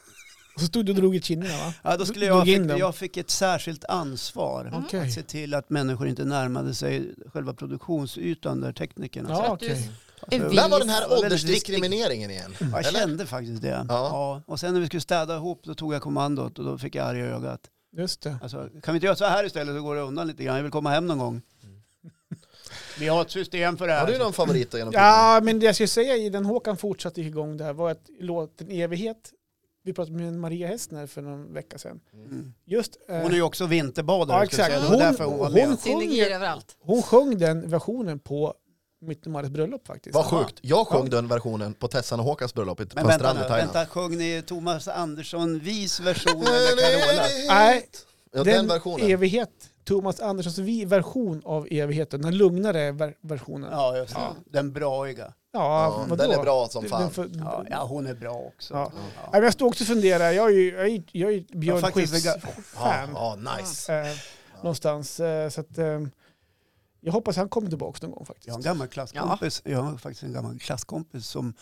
[SPEAKER 2] Och så stod du och drog i kinderna va?
[SPEAKER 1] Ja, då skulle
[SPEAKER 2] Drog
[SPEAKER 1] jag,
[SPEAKER 2] in
[SPEAKER 1] fick,
[SPEAKER 2] dem.
[SPEAKER 1] jag fick ett särskilt ansvar
[SPEAKER 2] Okej.
[SPEAKER 1] att se till att människor inte närmade sig själva produktionsytan där teknikerna
[SPEAKER 2] Ja,
[SPEAKER 1] satt.
[SPEAKER 2] okej.
[SPEAKER 4] Är vi-
[SPEAKER 3] Där var den
[SPEAKER 1] Det
[SPEAKER 3] här
[SPEAKER 1] var väldigt
[SPEAKER 3] åldersdiskrimineringen igen.
[SPEAKER 1] Ja, Jag
[SPEAKER 3] Eller?
[SPEAKER 1] kände faktiskt det. Ja. Och sen när vi skulle städa ihop då tog jag kommandot och då fick jag arga ögat.
[SPEAKER 2] Just det.
[SPEAKER 1] Alltså, kan vi inte göra så här istället så går det undan lite grann. Jag vill komma hem någon gång. Vi har ett system för det
[SPEAKER 3] Har du
[SPEAKER 1] här.
[SPEAKER 3] någon favorit då genom tiden?
[SPEAKER 2] Ja, men det jag skulle säga i den Håkan fortsatte igång där var att låten Evighet, vi pratade med Maria Hästner för någon vecka sedan.
[SPEAKER 1] Mm.
[SPEAKER 2] Just, eh,
[SPEAKER 1] Hon är ju också vinterbadare.
[SPEAKER 2] ja,
[SPEAKER 1] ska jag
[SPEAKER 2] exakt.
[SPEAKER 1] säga. Det var
[SPEAKER 2] Hon-
[SPEAKER 1] därför hon var
[SPEAKER 2] hon-
[SPEAKER 1] med.
[SPEAKER 4] Synergier överallt.
[SPEAKER 2] hon sjöng den versionen på mitt och Maris bröllop faktiskt.
[SPEAKER 3] Vad sjukt. Jag sjöng den versionen på Tessan och Håkans bröllop i- på
[SPEAKER 1] Men
[SPEAKER 3] en
[SPEAKER 1] vänta
[SPEAKER 3] strand i
[SPEAKER 1] nu,
[SPEAKER 3] Thailand.
[SPEAKER 1] vänta, sjöng ni Thomas Andersson vis
[SPEAKER 3] (laughs)
[SPEAKER 1] version eller Carola?
[SPEAKER 2] Nej,
[SPEAKER 3] Ja, den,
[SPEAKER 2] den,
[SPEAKER 3] versionen.
[SPEAKER 2] Evighet, Thomas Anderssons vi- version av Evigheten, den lugnare ver- versionen. Ja,
[SPEAKER 1] Ja, just det. Den braiga.
[SPEAKER 3] ja,
[SPEAKER 2] vadå?
[SPEAKER 3] den är bra som
[SPEAKER 2] Den-
[SPEAKER 3] fan.
[SPEAKER 2] den för-
[SPEAKER 1] Ja, ja, hon är bra också.
[SPEAKER 2] Mm. Ja.
[SPEAKER 1] Ja.
[SPEAKER 2] Nej, men Jag stod också och funderade, jag är ju, jag är, ju- jag är ju Björn
[SPEAKER 1] Ja, faktiskt,
[SPEAKER 2] Skifs
[SPEAKER 1] det
[SPEAKER 3] Ja,
[SPEAKER 2] fan.
[SPEAKER 3] ja, nice.
[SPEAKER 2] Eh, någonstans. Eh, så att, eh, jag hoppas han kommer tillbaka någon gång
[SPEAKER 1] Jag har en
[SPEAKER 2] faktiskt.
[SPEAKER 1] gammal klasskompis. Jag har faktiskt en gammal klasskompis som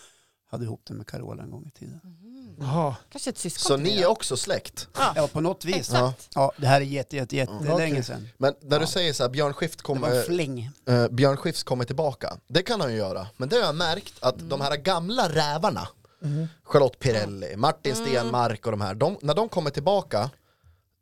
[SPEAKER 1] hade ihop det med Carola en gång i tiden.
[SPEAKER 2] Mm. Jaha.
[SPEAKER 4] Kanske ett syskon
[SPEAKER 3] Så
[SPEAKER 4] till
[SPEAKER 3] ni
[SPEAKER 4] mig
[SPEAKER 3] är
[SPEAKER 4] då.
[SPEAKER 3] också släkt.
[SPEAKER 1] Ja, på något vis. Ja.
[SPEAKER 4] Exakt.
[SPEAKER 1] det här är jätte, jätte, jätte länge
[SPEAKER 2] Mm. Okej.
[SPEAKER 1] sedan.
[SPEAKER 3] Men när du
[SPEAKER 1] Ja.
[SPEAKER 3] säger så här, Björn Skifs
[SPEAKER 1] Det
[SPEAKER 3] kom,
[SPEAKER 1] var en
[SPEAKER 3] eh,
[SPEAKER 1] fling.
[SPEAKER 3] eh, Björn Skifs kommer tillbaka. Det kan han ju göra. Men det har jag märkt att de här gamla rävarna, Charlotte Pirelli, Martin
[SPEAKER 1] Mm.
[SPEAKER 3] Stenmark och de här, de, när de kommer tillbaka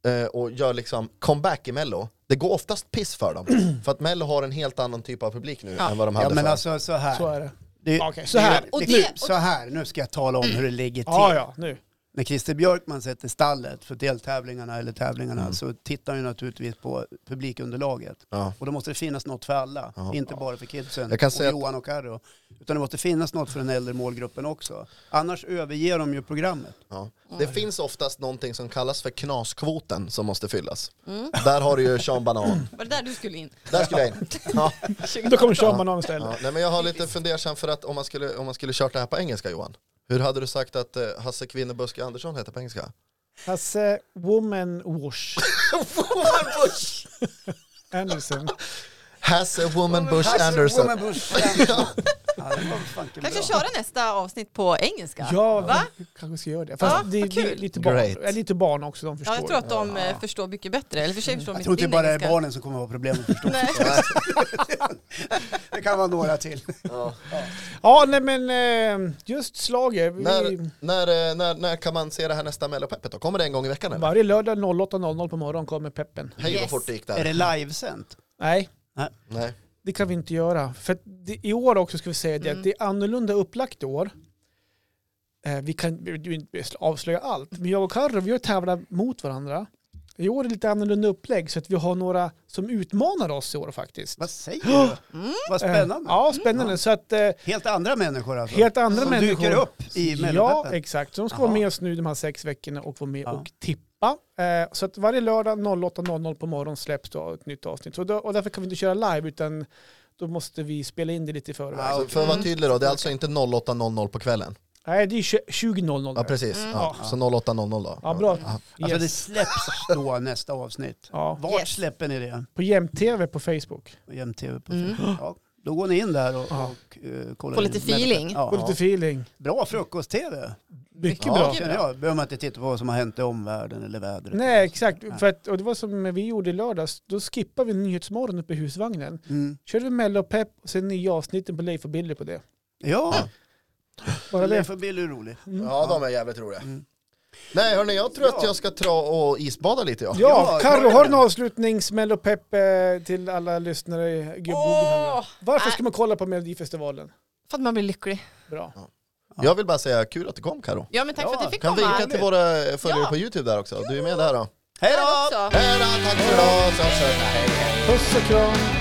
[SPEAKER 3] eh, och gör liksom comeback i Mello, det går oftast piss
[SPEAKER 1] (clears throat)
[SPEAKER 3] för dem. för att Mello har en helt annan typ av publik nu
[SPEAKER 4] Ja.
[SPEAKER 3] än vad de hade
[SPEAKER 1] Ja, men
[SPEAKER 3] förr.
[SPEAKER 1] alltså så här.
[SPEAKER 2] Så är det.
[SPEAKER 1] Det-
[SPEAKER 2] Okej, så här. Mm.
[SPEAKER 1] det-
[SPEAKER 4] Och
[SPEAKER 1] det-
[SPEAKER 4] det-
[SPEAKER 1] så här, nu ska jag tala om hur det ligger till.
[SPEAKER 2] Ja, ja, nu.
[SPEAKER 1] när Christer Björkman sätter stallet för deltävlingarna eller tävlingarna
[SPEAKER 3] Mm.
[SPEAKER 1] så tittar han ju naturligtvis på publikunderlaget.
[SPEAKER 3] Ja.
[SPEAKER 1] Och då måste det finnas något för alla,
[SPEAKER 3] Ja.
[SPEAKER 1] inte bara för kidsen
[SPEAKER 3] Jag kan
[SPEAKER 1] och
[SPEAKER 3] säga att-
[SPEAKER 1] Johan och Carro. Utan det måste finnas något för den äldre målgruppen också. Annars överger de ju programmet.
[SPEAKER 3] Ja.
[SPEAKER 1] Mm.
[SPEAKER 3] Det finns oftast någonting som kallas för knaskvoten som måste fyllas.
[SPEAKER 1] Mm.
[SPEAKER 3] Där har du ju Sean Banan.
[SPEAKER 4] Var det där du skulle in?
[SPEAKER 3] Där skulle
[SPEAKER 1] (laughs)
[SPEAKER 3] jag in. Ja.
[SPEAKER 2] Då kommer Sean Banan istället.
[SPEAKER 3] Ja. Nej, men jag har lite fundersam för att om man skulle, om man skulle kört det här på engelska Johan. Hur hade du sagt att eh, Hasse Kvinnebuske Andersson heter på engelska?
[SPEAKER 2] Hasse eh, Woman
[SPEAKER 4] (laughs)
[SPEAKER 2] Wash (laughs) Anderson.
[SPEAKER 3] Hasse Woman Bush
[SPEAKER 1] Hasse
[SPEAKER 3] Anderson. (laughs)
[SPEAKER 1] Woman Bush Anderson. ja, det var fanken
[SPEAKER 4] Kanske
[SPEAKER 1] bra.
[SPEAKER 4] köra nästa avsnitt på engelska?
[SPEAKER 2] Ja,
[SPEAKER 4] Va?
[SPEAKER 2] vi kanske ska göra det. Fast
[SPEAKER 4] Ja,
[SPEAKER 2] det,
[SPEAKER 4] vad
[SPEAKER 2] det är
[SPEAKER 4] kul.
[SPEAKER 2] lite barn,
[SPEAKER 3] Great.
[SPEAKER 2] ja, lite barn också, de förstår.
[SPEAKER 4] Ja, jag tror att de eh, förstår mycket bättre. Eller för sig förstår
[SPEAKER 1] Mm. Jag
[SPEAKER 4] mitt-
[SPEAKER 1] tror inte
[SPEAKER 4] min
[SPEAKER 1] bara det är
[SPEAKER 4] engelska.
[SPEAKER 1] barnen som kommer att ha problem att förstå.
[SPEAKER 4] Nej.
[SPEAKER 1] Det kan vara några till.
[SPEAKER 2] Ja, nej men eh, just slaget. Vi,
[SPEAKER 1] Mm.
[SPEAKER 3] När, när, eh, när, när kan man se det här nästa Mellopeppet då? Kommer det en gång i veckan eller?
[SPEAKER 2] varje lördag 08.00 på morgonen kommer Peppen.
[SPEAKER 3] Hej vad
[SPEAKER 4] Yes.
[SPEAKER 3] fort det gick
[SPEAKER 1] Är
[SPEAKER 3] där.
[SPEAKER 1] det livesänt?
[SPEAKER 2] Nej,
[SPEAKER 3] Nej.
[SPEAKER 2] det kan vi inte göra. För att det, i år också ska vi säga det
[SPEAKER 4] Mm.
[SPEAKER 2] att det är annorlunda upplagt i år. Eh, vi kan vi- vi inte avslöja allt, men jag och Carro vi har tävlat mot varandra. I år är det lite annorlunda upplägg så att vi har några som utmanar oss i år faktiskt.
[SPEAKER 1] Vad säger du?
[SPEAKER 4] Mm.
[SPEAKER 1] Vad
[SPEAKER 2] Eh,
[SPEAKER 1] spännande.
[SPEAKER 2] Ja, spännande.
[SPEAKER 1] Mm.
[SPEAKER 2] Så att eh,
[SPEAKER 1] Helt andra människor alltså?
[SPEAKER 2] helt andra
[SPEAKER 1] som
[SPEAKER 2] människor.
[SPEAKER 1] dyker upp i
[SPEAKER 2] Ja,
[SPEAKER 1] Mellopeppen?
[SPEAKER 2] exakt. Så de ska
[SPEAKER 1] Jaha.
[SPEAKER 2] vara med oss nu de här sex veckorna och vara med
[SPEAKER 1] Ja.
[SPEAKER 2] och tippa. Eh, så att varje lördag 08.00 på morgonen släpps då ett nytt avsnitt. Och, då, och därför kan vi inte köra live utan då måste vi spela in det lite i förväg.
[SPEAKER 1] Ja,
[SPEAKER 3] Så
[SPEAKER 1] Ah, okej. Mm.
[SPEAKER 3] för att vara tydlig då, det är alltså inte 08.00 på kvällen?
[SPEAKER 2] Nej, det är 20.00.
[SPEAKER 3] Ja precis, ja.
[SPEAKER 1] Mm. Ja.
[SPEAKER 3] så 08.00 då.
[SPEAKER 2] Ja, bra.
[SPEAKER 1] Alltså det
[SPEAKER 2] Yes.
[SPEAKER 1] släpps
[SPEAKER 2] (laughs)
[SPEAKER 1] då nästa avsnitt.
[SPEAKER 2] Ja,
[SPEAKER 1] Vart
[SPEAKER 4] Yes.
[SPEAKER 1] släpper ni det?
[SPEAKER 2] på Jämt-TV på Facebook.
[SPEAKER 1] Jämt-tv på
[SPEAKER 4] Mm.
[SPEAKER 1] Facebook. ja, Då går ni in där och,
[SPEAKER 2] Ja.
[SPEAKER 1] och eh, kollar.
[SPEAKER 4] Få
[SPEAKER 1] in
[SPEAKER 4] lite
[SPEAKER 1] Mellopeppen.
[SPEAKER 4] feeling.
[SPEAKER 2] Få
[SPEAKER 1] Ja.
[SPEAKER 2] lite feeling.
[SPEAKER 1] Bra frukost-tv.
[SPEAKER 2] Mycket
[SPEAKER 3] Ja.
[SPEAKER 2] bra.
[SPEAKER 1] Känner jag. Behöver man inte titta på vad som har hänt i omvärlden eller vädret.
[SPEAKER 2] Nej, exakt.
[SPEAKER 1] Ja.
[SPEAKER 2] För att, och det var som vi gjorde i lördags. Då skippade vi Nyhetsmorgon uppe i husvagnen.
[SPEAKER 1] Mm.
[SPEAKER 2] Körde vi Mello och Pepp och sen nya avsnitten på Leif och Billy på det.
[SPEAKER 1] Ja,
[SPEAKER 2] Bara det.
[SPEAKER 1] Leif och Billy är rolig.
[SPEAKER 3] Ja, de är jävligt roliga.
[SPEAKER 1] Mm.
[SPEAKER 3] Nej hörni, jag tror att
[SPEAKER 1] Ja.
[SPEAKER 3] jag ska dra och isbada lite ja.
[SPEAKER 1] Ja,
[SPEAKER 2] Ja, Carro,
[SPEAKER 1] gör
[SPEAKER 2] har
[SPEAKER 1] det.
[SPEAKER 2] du någon avslutningssmäll och pepp eh, till alla lyssnare i Gubbbogen?
[SPEAKER 4] Åh!
[SPEAKER 2] Varför
[SPEAKER 4] Nej.
[SPEAKER 2] ska man kolla på Melodifestivalen?
[SPEAKER 4] För att man blir lycklig.
[SPEAKER 2] Bra.
[SPEAKER 3] Jag vill bara säga kul att du kom Karo.
[SPEAKER 4] Ja, men tack för att jag fick
[SPEAKER 3] Kan vi
[SPEAKER 4] komma.
[SPEAKER 3] vinka till våra följare
[SPEAKER 4] Ja.
[SPEAKER 3] på YouTube där också? Du är med där då?
[SPEAKER 1] Hej
[SPEAKER 4] Ja,
[SPEAKER 1] då!
[SPEAKER 4] också.
[SPEAKER 3] Hej då, tack för idag! Så, så, hej, hej.
[SPEAKER 2] Puss och kram.